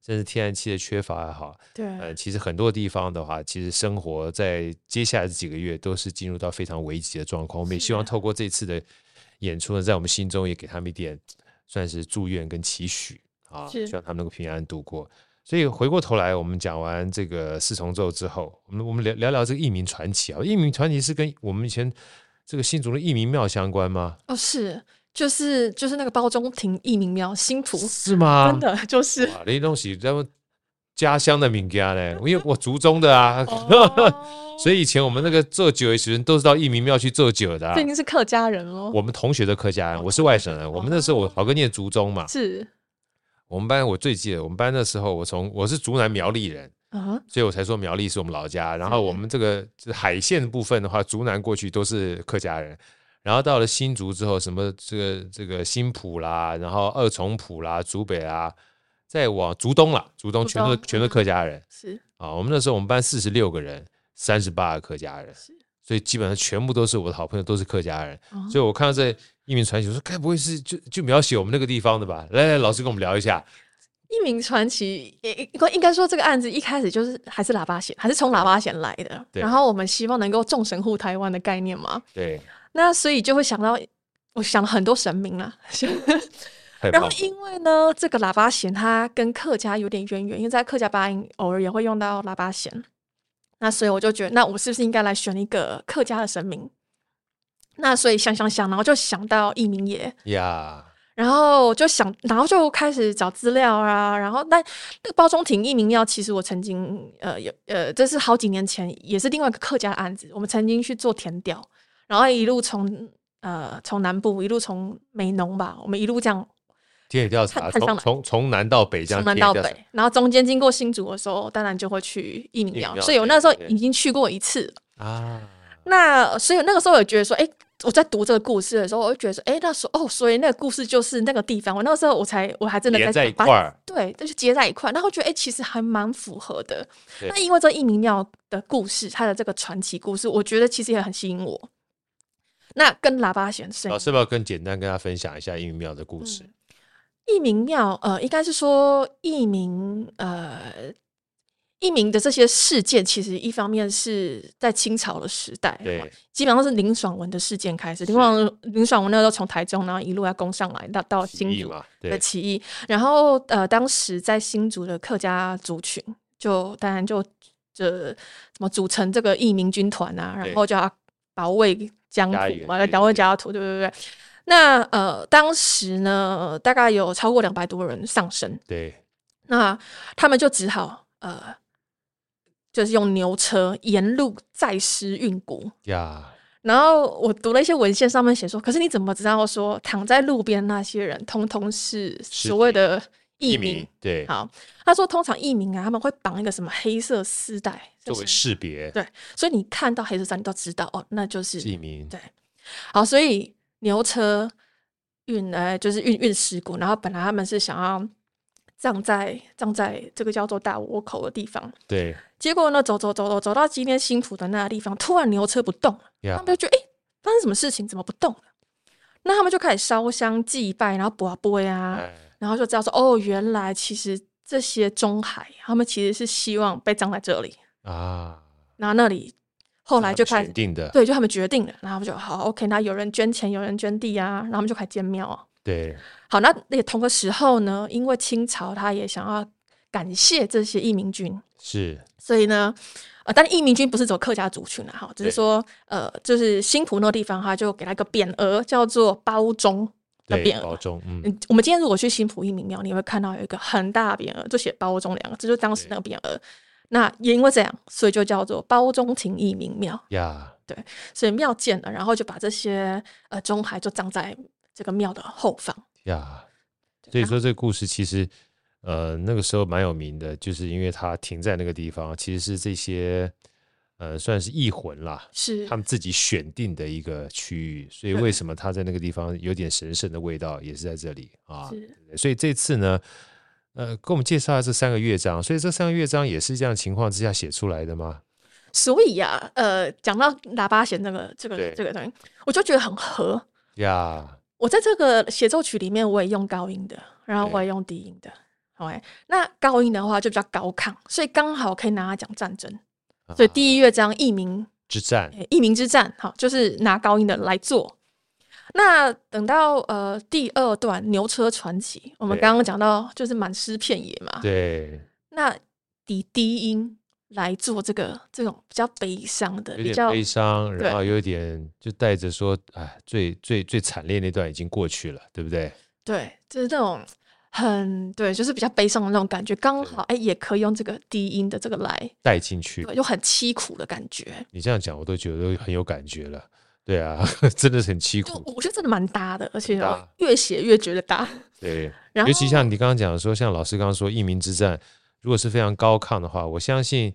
[SPEAKER 1] 甚至天然气的缺乏也好，呃，
[SPEAKER 2] 对，
[SPEAKER 1] 其实很多地方的话，其实生活在接下来这几个月都是进入到非常危急的状况。我们也
[SPEAKER 2] 是
[SPEAKER 1] 希望
[SPEAKER 2] 啊
[SPEAKER 1] 透过这次的演出呢，在我们心中也给他们一点算是祝愿跟期许啊，
[SPEAKER 2] 是
[SPEAKER 1] 希望他们能够平安度过。所以回过头来，我们讲完这个四重奏之后，我们我们聊聊聊这个佚名传奇啊。佚名传奇是跟我们以前这个新竹的佚名庙相关吗？
[SPEAKER 2] 哦是。就是就是那个包中庭一鸣喵新谱，
[SPEAKER 1] 是啊吗？
[SPEAKER 2] 真的就是
[SPEAKER 1] 哇，那些东西咱们家乡的名家呢，因为我族中的啊，
[SPEAKER 2] 哦
[SPEAKER 1] 所以以前我们那个做酒的学生都是到义民庙去做酒的啊、
[SPEAKER 2] 毕竟是客家人喽，
[SPEAKER 1] 我们同学都客家
[SPEAKER 2] 哦
[SPEAKER 1] 人，我是外省人。我们那时候我豪哥念族中嘛，
[SPEAKER 2] 是
[SPEAKER 1] 我们班我最记得，我们班那时候我从我是竹南苗栗人，
[SPEAKER 2] 啊，
[SPEAKER 1] 所以我才说苗栗是我们老家。然后我们这个就是海线部分的话，竹南过去都是客家人。然后到了新竹之后，什么这个这个新浦啦，然后二重浦啦、竹北啦，再往竹东啦，竹东
[SPEAKER 2] 竹
[SPEAKER 1] 全都
[SPEAKER 2] 东嗯
[SPEAKER 1] 全都客家人
[SPEAKER 2] 是
[SPEAKER 1] 啊。我们那时候我们班四十六个人，三十八个客家人，
[SPEAKER 2] 是，
[SPEAKER 1] 所以基本上全部都是我的好朋友，都是客家人。
[SPEAKER 2] 哦
[SPEAKER 1] 所以我看到这一名传奇，我说该不会是就就描写我们那个地方的吧？来来，老师跟我们聊一下。
[SPEAKER 2] 一鸣传奇，也应该应该说这个案子一开始就是还是喇叭弦，还是从喇叭弦来的。
[SPEAKER 1] 对
[SPEAKER 2] 然后我们希望能够众神护台湾的概念嘛，
[SPEAKER 1] 对，
[SPEAKER 2] 那所以就会想到，我想了很多神明 啦。
[SPEAKER 1] 太
[SPEAKER 2] 然
[SPEAKER 1] 棒
[SPEAKER 2] 后
[SPEAKER 1] 了。
[SPEAKER 2] 因为呢，这个喇叭弦它跟客家有点渊源，因为在客家八音偶尔也会用到喇叭弦。那所以我就觉得，那我是不是应该来选一个客家的神明？那所以想想想，然后就想到义民爷，
[SPEAKER 1] 呀，
[SPEAKER 2] 然后我就想，然后就开始找资料啊，然后但那个包中庭一鸣庙，其实我曾经呃有呃，这是好几年前，也是另外一个客家的案子，我们曾经去做田调，然后一路从呃从南部一路从美浓吧，我们一路这样
[SPEAKER 1] 田野调查
[SPEAKER 2] 看看
[SPEAKER 1] 从
[SPEAKER 2] 上来
[SPEAKER 1] 从从南到北这样
[SPEAKER 2] 从
[SPEAKER 1] 田
[SPEAKER 2] 南
[SPEAKER 1] 野调
[SPEAKER 2] 到
[SPEAKER 1] 查，
[SPEAKER 2] 北，然后中间经过新竹的时候，当然就会去义民
[SPEAKER 1] 义民
[SPEAKER 2] 庙，
[SPEAKER 1] 庙
[SPEAKER 2] 所以我
[SPEAKER 1] 对
[SPEAKER 2] 那时候
[SPEAKER 1] 对对
[SPEAKER 2] 已经去过一次了
[SPEAKER 1] 啊，
[SPEAKER 2] 那所以我那个时候也觉得说，哎、我在读这个故事的时候，我就觉得说，哎、那时候哦，所以那个故事就是那个地方。我那个时候我才我还真的
[SPEAKER 1] 连在一
[SPEAKER 2] 把
[SPEAKER 1] 块儿，
[SPEAKER 2] 对，就是接在一块，然后觉得哎、诶其实还蛮符合的。
[SPEAKER 1] 对
[SPEAKER 2] 那因为这一鸣庙的故事，它的这个传奇故事，我觉得其实也很吸引我。那跟喇叭弦声
[SPEAKER 1] 老师要不要跟简单跟他分享一下英语庙的故事？
[SPEAKER 2] 嗯一鸣庙，呃，应该是说一鸣，呃，一鸣的这些事件，其实一方面是在清朝的时代，
[SPEAKER 1] 对，
[SPEAKER 2] 基本上是林爽文的事件开始。
[SPEAKER 1] 是
[SPEAKER 2] 林爽林爽文那时候从台中，然后一路要攻上来，到到
[SPEAKER 1] 起
[SPEAKER 2] 新
[SPEAKER 1] 义
[SPEAKER 2] 竹
[SPEAKER 1] 嘛，
[SPEAKER 2] 的
[SPEAKER 1] 对，
[SPEAKER 2] 起义。然后呃，当时在新竹的客家族群，就当然就这什么组成这个义民军团啊，然
[SPEAKER 1] 对
[SPEAKER 2] 后就要保卫疆
[SPEAKER 1] 家
[SPEAKER 2] 土
[SPEAKER 1] 园
[SPEAKER 2] 嘛，
[SPEAKER 1] 对
[SPEAKER 2] 保卫
[SPEAKER 1] 对
[SPEAKER 2] 疆土，对对对。那呃，当时呢，大概有超过两百多人丧生，
[SPEAKER 1] 对，
[SPEAKER 2] 那他们就只好呃，就是用牛车沿路载尸运骨，
[SPEAKER 1] 呀，
[SPEAKER 2] 然后我读了一些文献，上面写说，可是你怎么知道说躺在路边那些人通通是
[SPEAKER 1] 尸
[SPEAKER 2] 所谓
[SPEAKER 1] 体
[SPEAKER 2] 的义
[SPEAKER 1] 一
[SPEAKER 2] 民
[SPEAKER 1] 名？对，
[SPEAKER 2] 好，他说通常义民啊，他们会绑一个什么黑色丝带，就
[SPEAKER 1] 作为
[SPEAKER 2] 是
[SPEAKER 1] 识别
[SPEAKER 2] 对，所以你看到黑色丝带，你都知道哦，那就是
[SPEAKER 1] 是一名
[SPEAKER 2] 对好，所以牛车运呃就是运运尸骨，然后本来他们是想要葬在葬在这个叫做大窝口的地方，
[SPEAKER 1] 对
[SPEAKER 2] 结果呢走走走走走到今天新浦的那个地方，突然牛车不动了。他
[SPEAKER 1] 呀
[SPEAKER 2] 们，就觉得，哎、发生什么事情？怎么不动了？那他们就开始烧香祭拜，然后卜啊卜呀，
[SPEAKER 1] 哎
[SPEAKER 2] 然后就知道说，哦，原来其实这些中海，他们其实是希望被葬在这里，
[SPEAKER 1] 啊，
[SPEAKER 2] 然后那里后
[SPEAKER 1] 是
[SPEAKER 2] 来
[SPEAKER 1] 他
[SPEAKER 2] 就
[SPEAKER 1] 们
[SPEAKER 2] 开始
[SPEAKER 1] 选，定的，
[SPEAKER 2] 对，就他们决定了，然后他们就好，OK，那有人捐钱，有人捐地啊，然后他们就开始建庙啊。
[SPEAKER 1] 对
[SPEAKER 2] 好，那也同个时候呢，因为清朝他也想要感谢这些义民军，
[SPEAKER 1] 是
[SPEAKER 2] 所以呢，呃，但义民军不是走客家族群啊，哈，只是
[SPEAKER 1] 对
[SPEAKER 2] 说，呃，就是新浦那地方，他就给他一个匾额，叫做包中的
[SPEAKER 1] 对
[SPEAKER 2] 匾，额
[SPEAKER 1] 高。中嗯
[SPEAKER 2] 嗯，我们今天如果去新浦义民庙，你会看到有一个很大的匾额，就写“包中”两个字，就是当时那个匾额。那也因为这样，所以就叫做包中庭义民庙。
[SPEAKER 1] 呀，
[SPEAKER 2] 所以庙建了，然后就把这些呃中海就葬在这个庙的后方。啊
[SPEAKER 1] 呀，所以说这个故事其实，呃，那个时候蛮有名的，就是因为它停在那个地方，其实是这些，呃，算是异魂啦，
[SPEAKER 2] 是
[SPEAKER 1] 他们自己选定的一个区域，所以
[SPEAKER 2] 对
[SPEAKER 1] 为什么它在那个地方有点神圣的味道，也是在这里啊。
[SPEAKER 2] 是
[SPEAKER 1] 所以这次呢，呃，给我们介绍了这三个乐章，所以这三个乐章也是这样的情况之下写出来的吗？
[SPEAKER 2] 所以呀、呃，讲到喇叭弦这个这个
[SPEAKER 1] 对
[SPEAKER 2] 这个东西，我就觉得很合。
[SPEAKER 1] 呀，
[SPEAKER 2] 我在这个协奏曲里面，我也用高音的，然后
[SPEAKER 1] 对
[SPEAKER 2] 我也用低音的。好哎，那高音的话就比较高亢，所以刚好可以拿来讲战争。所以
[SPEAKER 1] 一
[SPEAKER 2] 第一乐章《义民
[SPEAKER 1] 啊之战
[SPEAKER 2] 呃义民之战》好，就是拿高音的来做。那等到呃第二段《牛车传奇》，我们
[SPEAKER 1] 对
[SPEAKER 2] 刚刚讲到就是满尸遍野嘛，
[SPEAKER 1] 对
[SPEAKER 2] 那以低音来做这个这种比较悲伤的，
[SPEAKER 1] 有
[SPEAKER 2] 比
[SPEAKER 1] 点
[SPEAKER 2] 较
[SPEAKER 1] 悲伤，然
[SPEAKER 2] 对
[SPEAKER 1] 后有一点就带着说，哎，最最最惨烈那段已经过去了，对不对？
[SPEAKER 2] 对，就是那种很对，就是比较悲伤的那种感觉，刚好哎也可以用这个低音的这个来，
[SPEAKER 1] 带进去，
[SPEAKER 2] 对，就很凄苦的感觉，
[SPEAKER 1] 你这样讲我都觉得很有感觉了。对啊， 真的是很凄
[SPEAKER 2] 就
[SPEAKER 1] 苦。
[SPEAKER 2] 我觉得真的蛮搭的，而且
[SPEAKER 1] 搭
[SPEAKER 2] 我越写越觉得搭。
[SPEAKER 1] 对，
[SPEAKER 2] 然后
[SPEAKER 1] 尤其像你刚刚讲说，像老师刚刚说，一民之战如果是非常高亢的话，我相信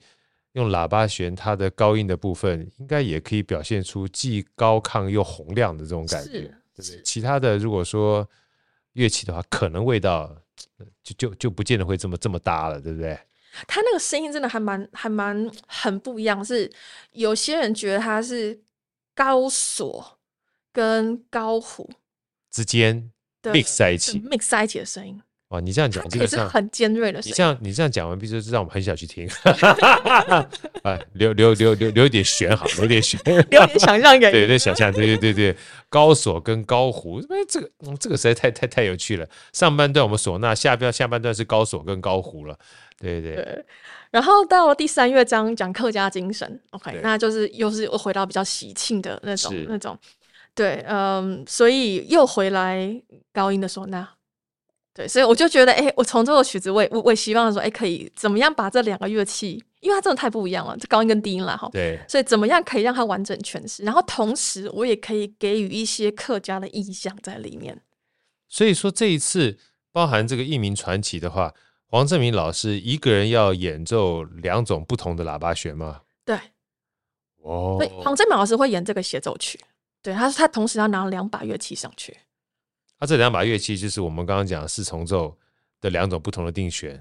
[SPEAKER 1] 用喇叭弦它的高音的部分，应该也可以表现出既高亢又洪亮的这种感觉，
[SPEAKER 2] 是
[SPEAKER 1] 对不对
[SPEAKER 2] 是？
[SPEAKER 1] 其他的如果说乐器的话，可能味道呃就就就不见得会这么这么搭了，对不对？
[SPEAKER 2] 他那个声音真的还蛮还蛮很不一样，是有些人觉得他是高锁跟高虎
[SPEAKER 1] 之间
[SPEAKER 2] 的
[SPEAKER 1] mix 在一
[SPEAKER 2] 的
[SPEAKER 1] 起
[SPEAKER 2] mix 在一起的声音，
[SPEAKER 1] 哇，你这样
[SPEAKER 2] 它
[SPEAKER 1] 讲，基
[SPEAKER 2] 可以
[SPEAKER 1] 本
[SPEAKER 2] 是
[SPEAKER 1] 上
[SPEAKER 2] 很尖锐的
[SPEAKER 1] 你
[SPEAKER 2] 声
[SPEAKER 1] 这
[SPEAKER 2] 音。
[SPEAKER 1] 样你这样讲完毕之后，就让我们很想去听， 啊，留留留留留一点悬好，留一点悬。
[SPEAKER 2] 有点想象感，
[SPEAKER 1] 对，有点想象，对对对对，高锁跟高胡，哎，这个、嗯这个实在太太太有趣了。上半段我们唢呐，下半下半段是高锁跟高胡了，对对对，
[SPEAKER 2] 对，然后到了第三乐章讲客家精神，OK，
[SPEAKER 1] 对
[SPEAKER 2] 那就是又是又回到比较喜庆的那种
[SPEAKER 1] 是
[SPEAKER 2] 那种，对，嗯，所以又回来高音的唢呐，对，所以我就觉得，哎、我从这首曲子我也，我我也希望说，哎、可以怎么样把这两个乐器，因为它真的太不一样了，这高音跟低音啦，哈，
[SPEAKER 1] 对
[SPEAKER 2] 所以怎么样可以让它完整诠释，然后同时我也可以给予一些客家的意象在里面，
[SPEAKER 1] 所以说这一次包含这个《一鸣传奇》的话，黄正明老师一个人要演奏两种不同的喇叭弦吗？
[SPEAKER 2] 对，
[SPEAKER 1] 哦
[SPEAKER 2] 所以，黄正满老师会演这个协奏曲，对，他他同时要拿两把乐器上去。
[SPEAKER 1] 他这两把乐器就是我们刚刚讲的四重奏的两种不同的定弦，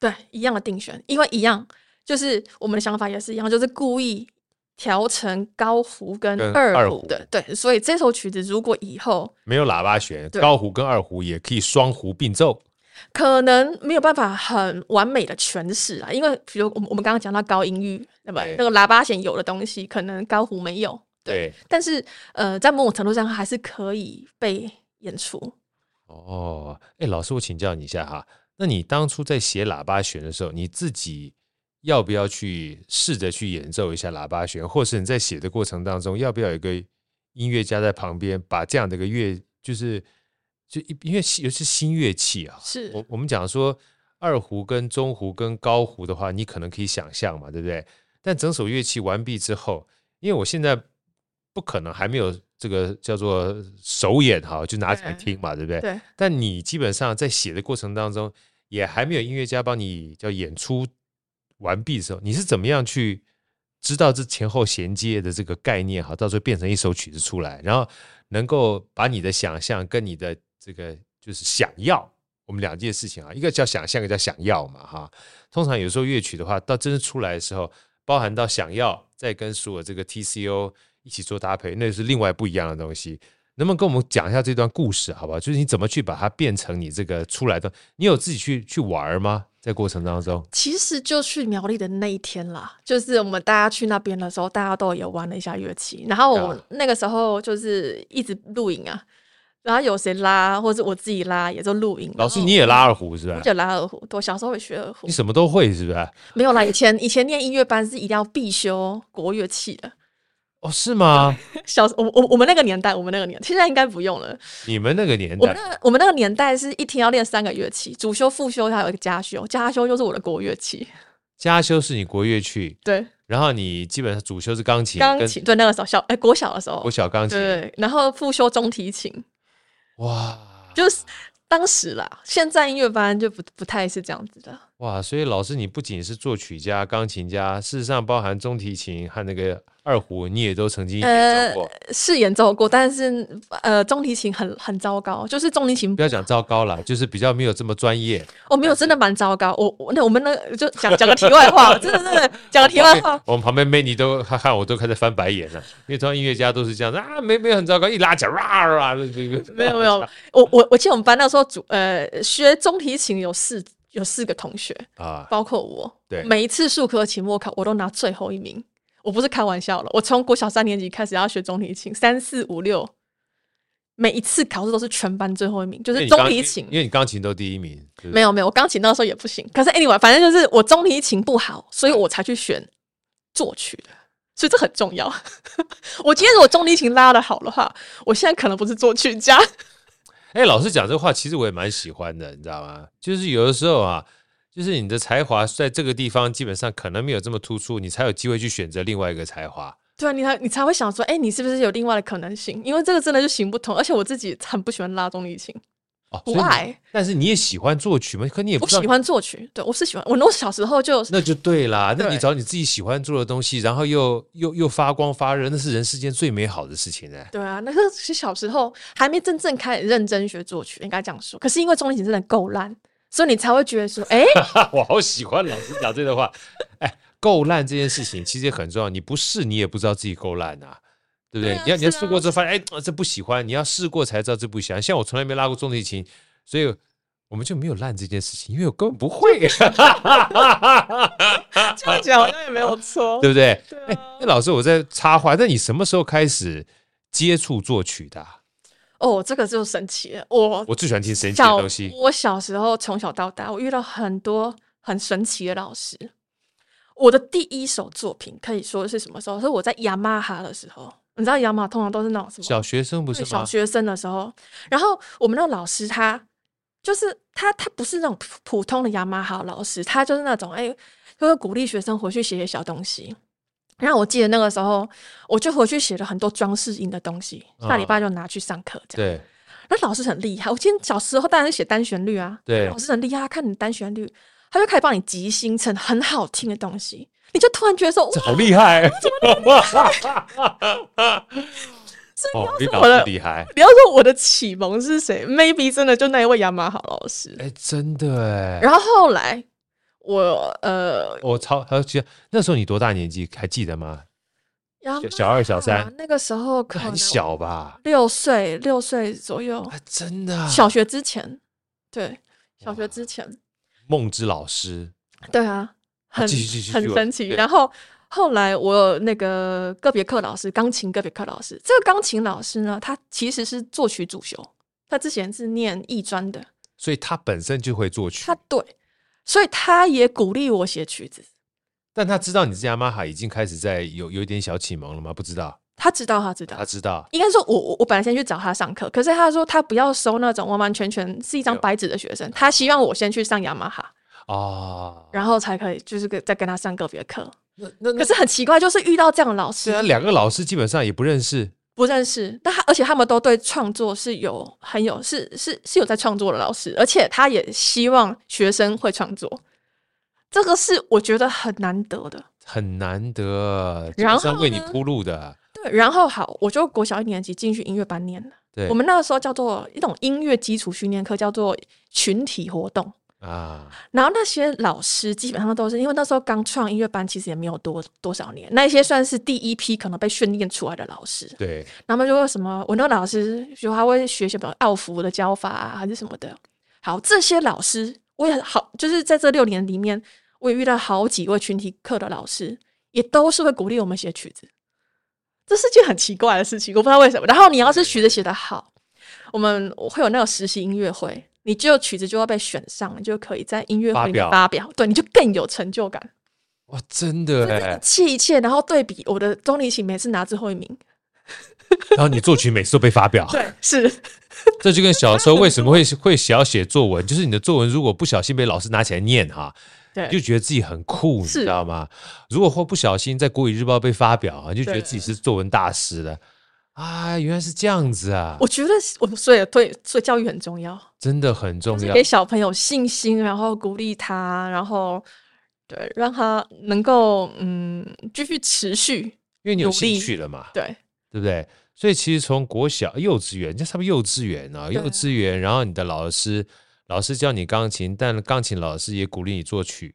[SPEAKER 2] 对，一样的定弦，因为一样，就是我们的想法也是一样，就是故意调成高胡跟
[SPEAKER 1] 跟二
[SPEAKER 2] 二
[SPEAKER 1] 胡
[SPEAKER 2] 胡的，对，所以这首曲子如果以后
[SPEAKER 1] 没有喇叭弦，
[SPEAKER 2] 对
[SPEAKER 1] 高胡跟二胡也可以双胡并奏，
[SPEAKER 2] 可能没有办法很完美的诠释啊，因为比如我们我们刚刚讲到高音域，那么
[SPEAKER 1] 对
[SPEAKER 2] 那个喇叭弦有的东西，可能高胡没有，对，
[SPEAKER 1] 对。
[SPEAKER 2] 但是呃，在某种程度上它还是可以被演出。
[SPEAKER 1] 哦，哎，老师，我请教你一下哈，那你当初在写喇叭弦的时候，你自己要不要去试着去演奏一下喇叭弦，或是你在写的过程当中，要不要有一个音乐家在旁边把这样的一个乐，就是就一因为尤其是新乐器啊，
[SPEAKER 2] 是
[SPEAKER 1] 我我们讲说二胡跟中胡跟高胡的话，你可能可以想象嘛，对不对？但整首乐器完毕之后，因为我现在不可能还没有这个叫做首演哈，就拿起来
[SPEAKER 2] 对
[SPEAKER 1] 听嘛，对不对？
[SPEAKER 2] 对，
[SPEAKER 1] 但你基本上在写的过程当中，也还没有音乐家帮你叫演出完毕的时候，你是怎么样去知道这前后衔接的这个概念哈，到时候变成一首曲子出来，然后能够把你的想象跟你的这个就是想要。我们两件事情啊，一个叫想象，一个叫想要嘛，哈。通常有时候乐曲的话，到真正出来的时候，包含到想要再跟所有这个 TCO 一起做搭配，那是另外不一样的东西。能不能跟我们讲一下这段故事，好不好？就是你怎么去把它变成你这个出来的？你有自己去去玩儿吗？在过程当中，
[SPEAKER 2] 其实就去苗栗的那一天啦，就是我们大家去那边的时候，大家都有玩了一下乐器。然后我们
[SPEAKER 1] 啊
[SPEAKER 2] 那个时候就是一直录影啊，然后有谁拉，或者我自己拉，也就录影。
[SPEAKER 1] 老师
[SPEAKER 2] 然后
[SPEAKER 1] 你也拉二胡是吧
[SPEAKER 2] 我？就拉二胡，我小时候也学二胡
[SPEAKER 1] 你，什么都会是吧？
[SPEAKER 2] 没有啦。以前以前念音乐班是一定要必修国乐器的。
[SPEAKER 1] 哦，是吗？
[SPEAKER 2] 小我我我们那个年代，我们那个年代现在应该不用了。
[SPEAKER 1] 你们那个年
[SPEAKER 2] 我们
[SPEAKER 1] 代
[SPEAKER 2] 那个我们那个年代是一天要练三个乐器，主修、副修，还有一个加修。加修就是我的国乐器，
[SPEAKER 1] 加修是你国乐器，
[SPEAKER 2] 对，
[SPEAKER 1] 然后你基本上主修是钢琴，
[SPEAKER 2] 钢琴。对，那个时候小哎、国小的时候，
[SPEAKER 1] 我小钢琴。
[SPEAKER 2] 对，然后复修中提琴，
[SPEAKER 1] 哇，
[SPEAKER 2] 就是当时啦，现在音乐班就不不太是这样子的。
[SPEAKER 1] 哇，所以老师你不仅是作曲家、钢琴家，事实上包含中提琴和那个二胡，你也都曾经演奏过。
[SPEAKER 2] 是演奏过，但是呃，中提琴很很糟糕，就是中提琴
[SPEAKER 1] 不要讲糟糕了，就是比较没有这么专业。
[SPEAKER 2] 哦，没有，真的蛮糟糕。我我那我们那个就讲讲个题外话，真的真的讲个题外 话。
[SPEAKER 1] 我们旁边 Manny 都看看我都开始翻白眼了，因为通常音乐家都是这样子啊，没没有很糟糕，一拉起来哇哇，这个
[SPEAKER 2] 没有没有，我我我记得我们班那时候主呃学中提琴有四有四个同学，
[SPEAKER 1] 啊，
[SPEAKER 2] 包括我，
[SPEAKER 1] 对
[SPEAKER 2] 每一次数科期末考我都拿最后一名，我不是开玩笑了，我从国小三年级开始要学中提琴，三四五六每一次考试都是全班最后一名，就
[SPEAKER 1] 因为
[SPEAKER 2] 是
[SPEAKER 1] 你
[SPEAKER 2] 中
[SPEAKER 1] 钢
[SPEAKER 2] 提琴
[SPEAKER 1] 因为你钢琴都第一名，对不对
[SPEAKER 2] 没有没有，我钢琴那时候也不行。可是 anyway，反正就是我中提琴不好，所以我才去选作曲的，所以这很重要。 我今天如果中提琴拉的好的话，我现在可能不是作曲家。
[SPEAKER 1] 哎、老师讲这话，其实我也蛮喜欢的，你知道吗？就是有的时候啊，就是你的才华在这个地方基本上可能没有这么突出，你才有机会去选择另外一个才华。
[SPEAKER 2] 对啊，你才你才会想说，哎、你是不是有另外的可能性？因为这个真的就行不通，而且我自己很不喜欢拉中提琴，
[SPEAKER 1] 哦，
[SPEAKER 2] 不
[SPEAKER 1] 所以你
[SPEAKER 2] 爱，
[SPEAKER 1] 但是你也喜欢作曲吗？可你也不
[SPEAKER 2] 我
[SPEAKER 1] 知道
[SPEAKER 2] 喜，欢作曲。对，我是喜欢，我我小时候就
[SPEAKER 1] 那就对啦。那你
[SPEAKER 2] 对
[SPEAKER 1] 找你自己喜欢做的东西，然后又又又发光发热，那是人世间最美好的事情哎、
[SPEAKER 2] 对啊，那个是小时候还没真正开始认真学作曲，应该这样说。可是因为中提琴真的够烂，所以你才会觉得说，哎、
[SPEAKER 1] 我好喜欢老师讲这个话。 哎，够烂这件事情其实也很重要，你不试你也不知道自己够烂啊。对不对？
[SPEAKER 2] 对啊
[SPEAKER 1] 你要你要
[SPEAKER 2] 是啊
[SPEAKER 1] 试过之后发现，哎，这不喜欢，你要试过才知道这不喜欢。像我从来没拉过中提琴，所以我们就没有烂这件事情，因为我根本不会，啊
[SPEAKER 2] 这样讲好像也没有错。
[SPEAKER 1] 对不对？
[SPEAKER 2] 对啊
[SPEAKER 1] 哎，那老师，我在插话，那你什么时候开始接触作曲的啊、
[SPEAKER 2] 哦，这个就神奇了。我
[SPEAKER 1] 我最喜欢听神奇的
[SPEAKER 2] 小
[SPEAKER 1] 东西。
[SPEAKER 2] 我小时候从小到大，我遇到很多很神奇的老师。我的第一首作品可以说是什么时候？是我在雅马哈的时候。你知道雅马哈通常都是那种什么
[SPEAKER 1] 小学生不是
[SPEAKER 2] 对
[SPEAKER 1] 吗
[SPEAKER 2] 小？学生的时候，然后我们那个老师他就是他他不是那种普普通的雅马哈老师，他就是那种哎、就是鼓励学生回去写写小东西。然后我记得那个时候，我就回去写了很多装饰音的东西，下礼
[SPEAKER 1] 嗯
[SPEAKER 2] 拜就拿去上课这样。
[SPEAKER 1] 对
[SPEAKER 2] 那老师很厉害，我记得小时候当然是写单旋律啊，
[SPEAKER 1] 对
[SPEAKER 2] 老师很厉害，他看你单旋律，他就开始帮你即兴成很好听的东西，你就突然觉得说，
[SPEAKER 1] 这
[SPEAKER 2] 哇，
[SPEAKER 1] 好厉害！ 哦，比
[SPEAKER 2] 我
[SPEAKER 1] 老
[SPEAKER 2] 的
[SPEAKER 1] 师厉害！
[SPEAKER 2] 你要说我的启蒙是谁？Maybe 真的就那一位雅马哈老师。
[SPEAKER 1] 哎，真的哎，
[SPEAKER 2] 然后后来我呃，
[SPEAKER 1] 我超还有记得那时候你多大年纪还记得吗？
[SPEAKER 2] 然后
[SPEAKER 1] 小二小三
[SPEAKER 2] 那个时候可
[SPEAKER 1] 那
[SPEAKER 2] 能
[SPEAKER 1] 很小吧？
[SPEAKER 2] 六岁六岁左右，
[SPEAKER 1] 啊，真的啊、
[SPEAKER 2] 小学之前，对，小
[SPEAKER 1] 哇
[SPEAKER 2] 学之前，
[SPEAKER 1] 梦之老师
[SPEAKER 2] 对啊，很
[SPEAKER 1] 继续继续继续
[SPEAKER 2] 很
[SPEAKER 1] 我
[SPEAKER 2] 神奇。
[SPEAKER 1] 对
[SPEAKER 2] 然后后来我有那个个别课老师，钢琴个别课老师，这个钢琴老师呢，他其实是作曲主修，他之前是念艺专的，
[SPEAKER 1] 所以他本身就会作曲
[SPEAKER 2] 他，对，所以他也鼓励我写曲子。
[SPEAKER 1] 但他知道你是雅马哈已经开始在有有一点小启蒙了吗？不知道，
[SPEAKER 2] 他知道，他知道
[SPEAKER 1] 他，知道
[SPEAKER 2] 应该说我，我我本来先去找他上课，可是他说他不要收那种完完全全是一张
[SPEAKER 1] 有
[SPEAKER 2] 白纸的学生，他希望我先去上雅马哈，
[SPEAKER 1] 哦。
[SPEAKER 2] 然后才可以就是跟再跟他上个别课。
[SPEAKER 1] 那那那
[SPEAKER 2] 可是很奇怪，就是遇到这样的老
[SPEAKER 1] 虽然
[SPEAKER 2] 师
[SPEAKER 1] 两个老师基本上也不认识，
[SPEAKER 2] 不认识，但他而且他们都对创作是有很有是是是有在创作的老师，而且他也希望学生会创作，这个是我觉得很难得的。
[SPEAKER 1] 很难得，基
[SPEAKER 2] 然
[SPEAKER 1] 本
[SPEAKER 2] 后
[SPEAKER 1] 上为你
[SPEAKER 2] 呢
[SPEAKER 1] 铺路的，
[SPEAKER 2] 对，然后好，我就国小一年级进去音乐班念了，
[SPEAKER 1] 对，
[SPEAKER 2] 我们那个时候叫做一种音乐基础训练课，叫做群体活动。
[SPEAKER 1] 啊，
[SPEAKER 2] 然后那些老师基本上都是因为那时候刚创音乐班，其实也没有多多少年，那一些算是第一批可能被训练出来的老师。
[SPEAKER 1] 对，
[SPEAKER 2] 然后他们就会什么，我那个老师就还会学什么奥福的教法啊，还是什么的。好，这些老师我也好，就是在这六年里面，我也遇到好几位群体课的老师，也都是会鼓励我们写曲子。这是件很奇怪的事情，我不知道为什么。然后你要是曲子写得好，我们我会有那种实习音乐会，你就曲子就要被选上，你就可以在音乐会
[SPEAKER 1] 发
[SPEAKER 2] 里
[SPEAKER 1] 表
[SPEAKER 2] 面发表，对，你就更有成就感。
[SPEAKER 1] 哇，真 的哎
[SPEAKER 2] 一，切一切，然后对比我的钟丽琴每次拿最后一名，
[SPEAKER 1] 然后你作曲每次都被发 表，
[SPEAKER 2] 对，是。
[SPEAKER 1] 这就跟小时候为什么会会想要写作文，就是你的作文如果不小心被老师拿起来念哈，
[SPEAKER 2] 对
[SPEAKER 1] 你就觉得自己很酷，你
[SPEAKER 2] 是
[SPEAKER 1] 知道吗？如果或不小心在国语日报被发表啊，你就觉得
[SPEAKER 2] 对
[SPEAKER 1] 自己是作文大师了。啊，原来是这样子啊
[SPEAKER 2] 我，觉得是我所以对，所以教育很重要，
[SPEAKER 1] 真的很重
[SPEAKER 2] 就是
[SPEAKER 1] 要
[SPEAKER 2] 给。小朋友信心，然后鼓励他，然后对让他能够嗯继续持续
[SPEAKER 1] 因为你有
[SPEAKER 2] 努力
[SPEAKER 1] 兴趣了嘛，
[SPEAKER 2] 对
[SPEAKER 1] 对不对？所以其实从国小、幼稚园，这差不多幼稚园啊，
[SPEAKER 2] 对啊
[SPEAKER 1] 幼稚园，然后你的老师，老师教你钢琴，但钢琴老师也鼓励你作曲，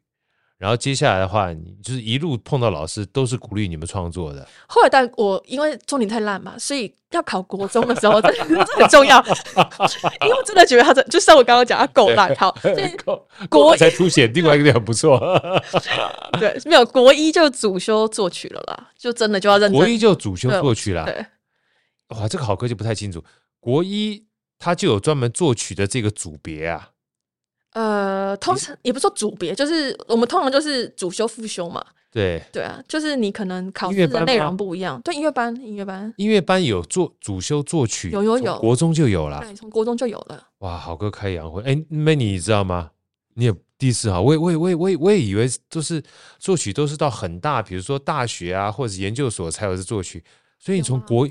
[SPEAKER 1] 然后接下来的话，你就是一路碰到老师都是鼓励你们创作的。
[SPEAKER 2] 后来，但我因为中年太烂嘛，所以要考国中的时候，真的真的很重要， 因为我真的觉得他真就像我刚刚讲，他够 烂，好，所以
[SPEAKER 1] 国
[SPEAKER 2] 国
[SPEAKER 1] 才凸显另外一个点很不错，
[SPEAKER 2] 对没有国一就主修作 曲了啦，就真的就要认
[SPEAKER 1] 国
[SPEAKER 2] 真
[SPEAKER 1] 一就主修
[SPEAKER 2] 对
[SPEAKER 1] 作曲啦。
[SPEAKER 2] 对。
[SPEAKER 1] 哇，这个好歌就不太清楚。国一它就有专门作曲的这个组别啊。
[SPEAKER 2] 呃，通常也不是说组别，就是我们通常就是主修副修嘛。
[SPEAKER 1] 对，
[SPEAKER 2] 对啊，就是你可能考
[SPEAKER 1] 音乐
[SPEAKER 2] 试的
[SPEAKER 1] 班
[SPEAKER 2] 内
[SPEAKER 1] 吗
[SPEAKER 2] 容不一样。对，音乐班，音乐班，
[SPEAKER 1] 音乐班有作主修作曲，
[SPEAKER 2] 有有
[SPEAKER 1] 从
[SPEAKER 2] 有
[SPEAKER 1] 国中就有啦。
[SPEAKER 2] 对，从国中就有了。
[SPEAKER 1] 哇，好哥开洋荤，哎、妹你知道吗？你也第一次哈，我也我也我也我也我也以为就是作曲都是到很大，比如说大学啊或者研究所才有这作曲，所以你
[SPEAKER 2] 有
[SPEAKER 1] 从
[SPEAKER 2] 啊
[SPEAKER 1] 国、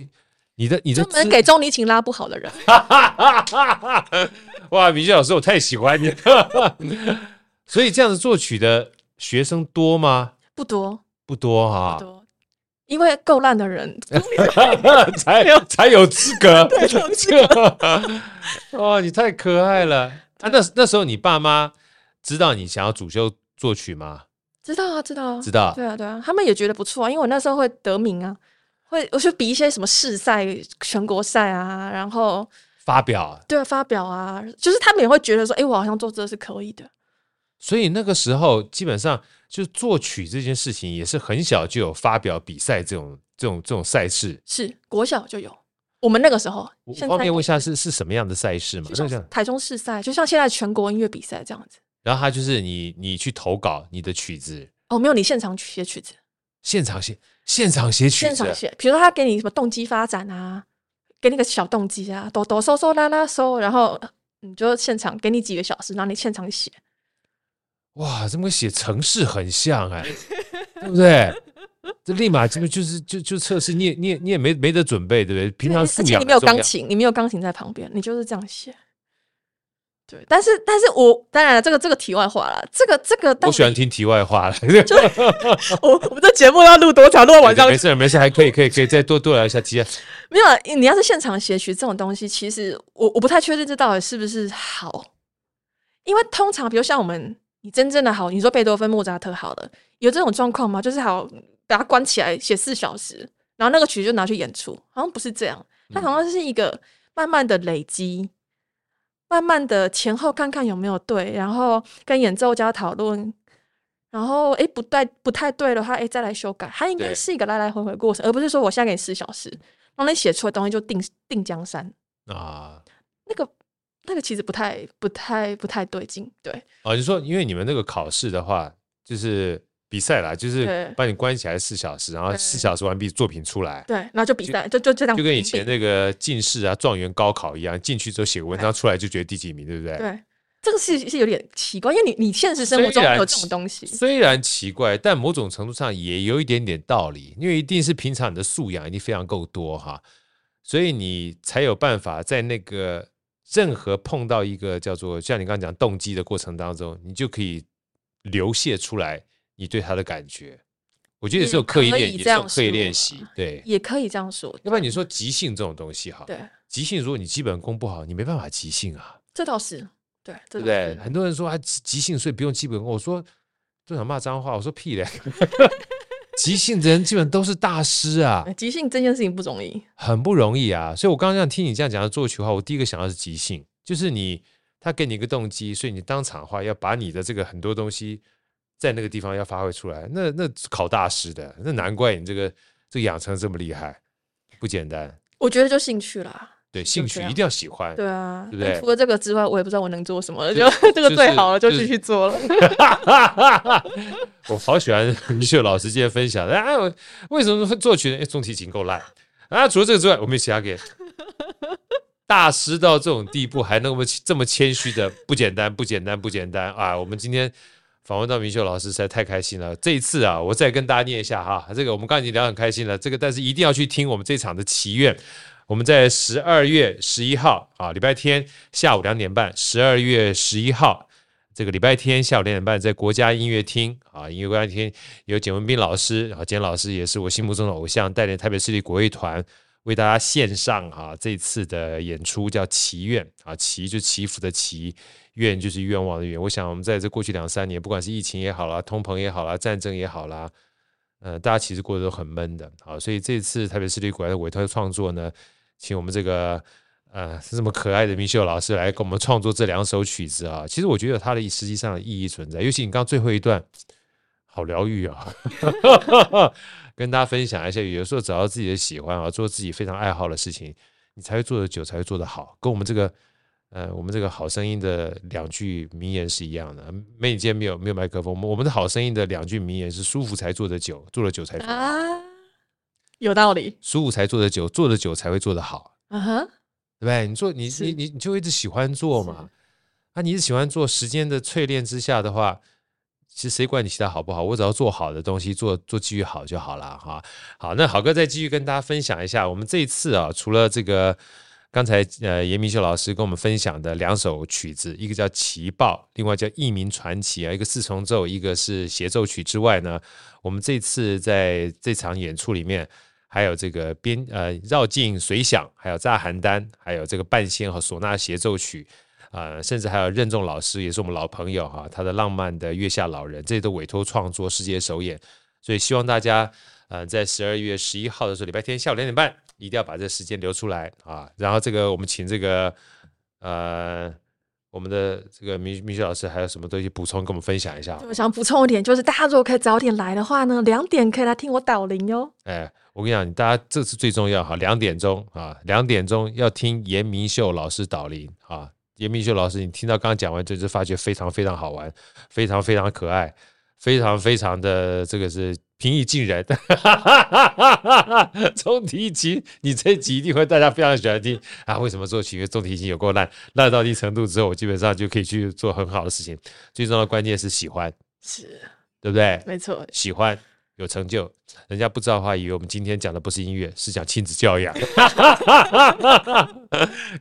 [SPEAKER 1] 你的你的
[SPEAKER 2] 专门
[SPEAKER 1] 资
[SPEAKER 2] 给钟离琴拉不 好的人，
[SPEAKER 1] 哇，米雪老师，我太喜欢你了。 所以这样子作曲的学生多吗？
[SPEAKER 2] 不多
[SPEAKER 1] 不多哈、
[SPEAKER 2] 不多，因为够烂的人，
[SPEAKER 1] 才才有资格。 哦，你太可爱了啊！那那时候你爸妈知道你想要主修作曲吗？
[SPEAKER 2] 知道啊，知道啊
[SPEAKER 1] 知，道
[SPEAKER 2] 对啊，对啊，他们也觉得不错啊，因为我那时候会得名啊，会我去比一些什么市赛、全国赛啊，然后
[SPEAKER 1] 发表，
[SPEAKER 2] 对啊发表啊，就是他们也会觉得说，哎、我好像做这是可以的，
[SPEAKER 1] 所以那个时候基本上就是作曲这件事情也是很小就有发表比赛这种这种这种赛事。
[SPEAKER 2] 是国小就有，我们那个时候，
[SPEAKER 1] 我
[SPEAKER 2] 现在
[SPEAKER 1] 方便问一下是是什么样的赛事吗？
[SPEAKER 2] 就
[SPEAKER 1] 那这样
[SPEAKER 2] 像台中市赛，就像现在全国音乐比赛这样子，
[SPEAKER 1] 然后他就是你你去投稿你的曲子，
[SPEAKER 2] 哦，没有你现场写曲子，
[SPEAKER 1] 现场写现场写曲
[SPEAKER 2] 现场
[SPEAKER 1] 子，
[SPEAKER 2] 写，比如说他给你什么动机发展啊，给你个小动机啊，哆哆嗦嗦啦啦嗦，然后你就现场给你几个小时，然后你现场写。
[SPEAKER 1] 哇，怎么跟写城市很像 哎、对不对？这立马这个就是就就测试，你也你也你也没没得准备，对不对？平常素
[SPEAKER 2] 而且
[SPEAKER 1] 养
[SPEAKER 2] 你
[SPEAKER 1] 很
[SPEAKER 2] 没有
[SPEAKER 1] 重要
[SPEAKER 2] 钢琴，你没有钢琴在旁边，你就是这样写。对，但是但是我当然了，这个这个题外话啦，这个这个，
[SPEAKER 1] 我喜欢，听题外 话了，对
[SPEAKER 2] 我我们这节目要录多长？录到晚 上
[SPEAKER 1] 没事没事，还可以可以可以再多多聊一下题外。
[SPEAKER 2] 没有啊？你要是现场写曲这种东西，其实我我不太确定这到底是不是好，因为通常比如像我们，你真正的好，你说贝多芬、莫扎特好了，有这种状况吗？就是好把它关起来写四小时，然后那个曲就拿去演出，好像不是这样，它好像是一个慢慢的累积，慢慢的前后看看有没有对，然后跟演奏家讨论。然后，哎，不对，不太对的话，哎，再来修改。它应该
[SPEAKER 1] 对
[SPEAKER 2] 是一个来来回回过程，而不是说我现在给你四小时，然后你写出来的东西就定定江山，
[SPEAKER 1] 啊
[SPEAKER 2] 那个那个其实不太不太不太对劲，对
[SPEAKER 1] 哦，你说因为你们那个考试的话，就是比赛啦，就是
[SPEAKER 2] 对
[SPEAKER 1] 把你关起来四小时，然后
[SPEAKER 2] 对
[SPEAKER 1] 四小时完毕作品出来，
[SPEAKER 2] 对，然后就比赛就就就这样
[SPEAKER 1] 就
[SPEAKER 2] 评比，
[SPEAKER 1] 跟以前那个进士啊、状元高考一样，进去之后写个文章出来就觉得第几名，对不对？。
[SPEAKER 2] 对这个是是有点奇怪，因为你你现实生活
[SPEAKER 1] 虽
[SPEAKER 2] 中
[SPEAKER 1] 然
[SPEAKER 2] 没有这种东西，
[SPEAKER 1] 虽然奇怪，但某种程度上也有一点点道理，因为一定是平常你的素养一定非常够多哈，所以你才有办法在那个任何碰到一个叫做像你刚刚讲动机的过程当中，你就可以流泻出来你对他的感觉。我觉得也是有刻意
[SPEAKER 2] 也可以
[SPEAKER 1] 练，也是有
[SPEAKER 2] 这样
[SPEAKER 1] 刻意
[SPEAKER 2] 说
[SPEAKER 1] 练
[SPEAKER 2] 啦
[SPEAKER 1] 习，对。
[SPEAKER 2] 也可以这样说，
[SPEAKER 1] 要不然你说即兴这种东西哈，
[SPEAKER 2] 对，
[SPEAKER 1] 即兴如果你基本功不好，你没办法即兴啊。
[SPEAKER 2] 这倒是对，对嗯
[SPEAKER 1] 对不对？很多人说他即即兴，所以不用基本功。我说就想骂脏话，我说屁 嘞！即兴的人基本都是大师啊，
[SPEAKER 2] 即兴这件事情不容易，
[SPEAKER 1] 很不容易啊。所以我刚刚这样听你这样讲的作曲的话，我第一个想到是即兴，就是你他给你一个动机，所以你当场的话要把你的这个很多东西在那个地方要发挥出来，那那考大师的，那难怪你这个这养成这么厉害，不简单。
[SPEAKER 2] 我觉得就兴趣啦，
[SPEAKER 1] 对，
[SPEAKER 2] 就
[SPEAKER 1] 兴
[SPEAKER 2] 这
[SPEAKER 1] 趣
[SPEAKER 2] 样
[SPEAKER 1] 一定要喜欢。
[SPEAKER 2] 对啊，
[SPEAKER 1] 对不对
[SPEAKER 2] 但除了这个之外，我也不知道我能做什么了，
[SPEAKER 1] 就
[SPEAKER 2] 就 这
[SPEAKER 1] 就
[SPEAKER 2] 个
[SPEAKER 1] 是
[SPEAKER 2] 最好了，就
[SPEAKER 1] 就是
[SPEAKER 2] 继续做了。
[SPEAKER 1] 我好喜欢于秀老师今天分享的。哎，我为什么会作曲呢？哎，中提琴够烂啊！除了这个之外，我没有其他给。大师到这种地步，还那么这么谦虚的，不简单，不简单，不简单啊！我们今天访问到明秀老师，实在太开心了。这一次啊，我再跟大家念一下哈，这个我们刚才已经聊得很开心了，这个但是一定要去听我们这场的祈愿。我们在十二月十一号啊，礼拜天下午两点半，十二月十一号这个礼拜天下午两点半，在国家音乐厅啊，音乐国家厅有简文斌老师啊，简老师也是我心目中的偶像，带领台北市立国乐团为大家献上啊这次的演出，叫《祈愿》啊，祈就祈福的祈，愿就是愿望的愿。我想我们在这过去两三年，不管是疫情也好啦，通膨也好啦，战争也好啦，呃，大家其实过得都很闷的啊，所以这次台北市立国乐的委托创作呢，请我们这个呃这么可爱的明秀老师来给我们创作这两首曲子啊。其实我觉得有它的实际上的意义存在，尤其你刚刚最后一段，好疗愈啊！ 跟大家分享一下，有时候找到自己的喜欢啊，做自己非常爱好的事情，你才会做得久，才会做得好，跟我们这个呃我们这个好声音的两句名言是一样的。没你今天没有没有麦克风，我们我们的好声音的两句名言是舒服才做得久，做得久才做得好
[SPEAKER 2] 啊，有道理
[SPEAKER 1] 舒服才做得久，做得久才会做得好，
[SPEAKER 2] 啊哈，
[SPEAKER 1] 对不对？你做你
[SPEAKER 2] 是
[SPEAKER 1] 你你你就一直喜欢做嘛，啊，你一直喜欢做，时间的淬炼之下的话，其实谁管你其他好不好？我只要做好的东西，做做继续好就好了哈。好，那好哥再继续跟大家分享一下，我们这一次啊，除了这个刚才呃严明秀老师跟我们分享的两首曲子，一个叫《奇报》，另外叫《佚名传奇》啊，一个四重奏，一个是协奏曲之外呢，我们这次在这场演出里面。还有这个编呃绕境随想，还有炸邯郸，还有这个半仙和唢呐协奏曲，呃，甚至还有任重老师也是我们老朋友哈、他的《浪漫的月下老人》这些都委托创作世界首演，所以希望大家呃在十二月十一号的时候，礼拜天下午两点半一定要把这时间留出来啊。然后这个我们请这个呃我们的这个米米雪老师还有什么东西补充跟我们分享一下？
[SPEAKER 2] 我想补充一点，就是大家如果可以早点来的话呢，两点可以来听我导聆哟。
[SPEAKER 1] 哎，我跟你讲，大家这次最重要哈，两点钟啊，两点钟要听严明秀老师导聆啊。严明秀老师，你听到刚刚讲完，就是发觉非常非常好玩，非常非常可爱，非常非常的这个是平易近人。 中提琴，你这集一定会大家非常喜欢听啊！为什么做曲？因为中提琴有够烂，烂到一定程度之后，我基本上就可以去做很好的事情。最重要的关键是喜欢，
[SPEAKER 2] 是，
[SPEAKER 1] 对不对？
[SPEAKER 2] 没错，
[SPEAKER 1] 喜欢、有成就，人家不知道的话，以为我们今天讲的不是音乐，是讲亲子教养。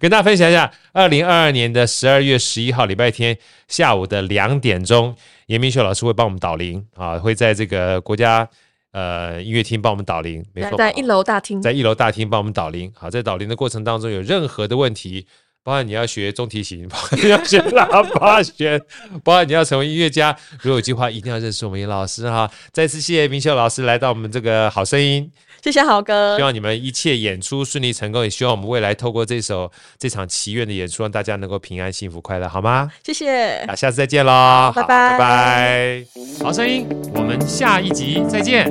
[SPEAKER 1] 跟大家分享一下，二零二二年的十二月十一号礼拜天下午的两点钟，严明秀老师会帮我们导聆啊，会在这个国家呃音乐厅帮我们导聆，没
[SPEAKER 2] 在
[SPEAKER 1] 错，
[SPEAKER 2] 在一楼大厅，
[SPEAKER 1] 在一楼大厅帮我们导聆。好，在导聆的过程当中，有任何的问题，包含你要学中提琴， 包含你要学喇叭弦，包含你要成为音乐家，如果有计划，一定要认识我们严老师哈。再次谢谢明秀老师来到我们这个好声音，
[SPEAKER 2] 谢谢豪哥
[SPEAKER 1] 希，望你们一切演出顺利成功，也希望我们未来透过这首这场祈愿的演出，让大家能够平安、幸福、快乐，好吗？
[SPEAKER 2] 谢谢，
[SPEAKER 1] 那下次再见喽，好
[SPEAKER 2] 拜拜
[SPEAKER 1] 拜拜。好声音，我们下一集再见，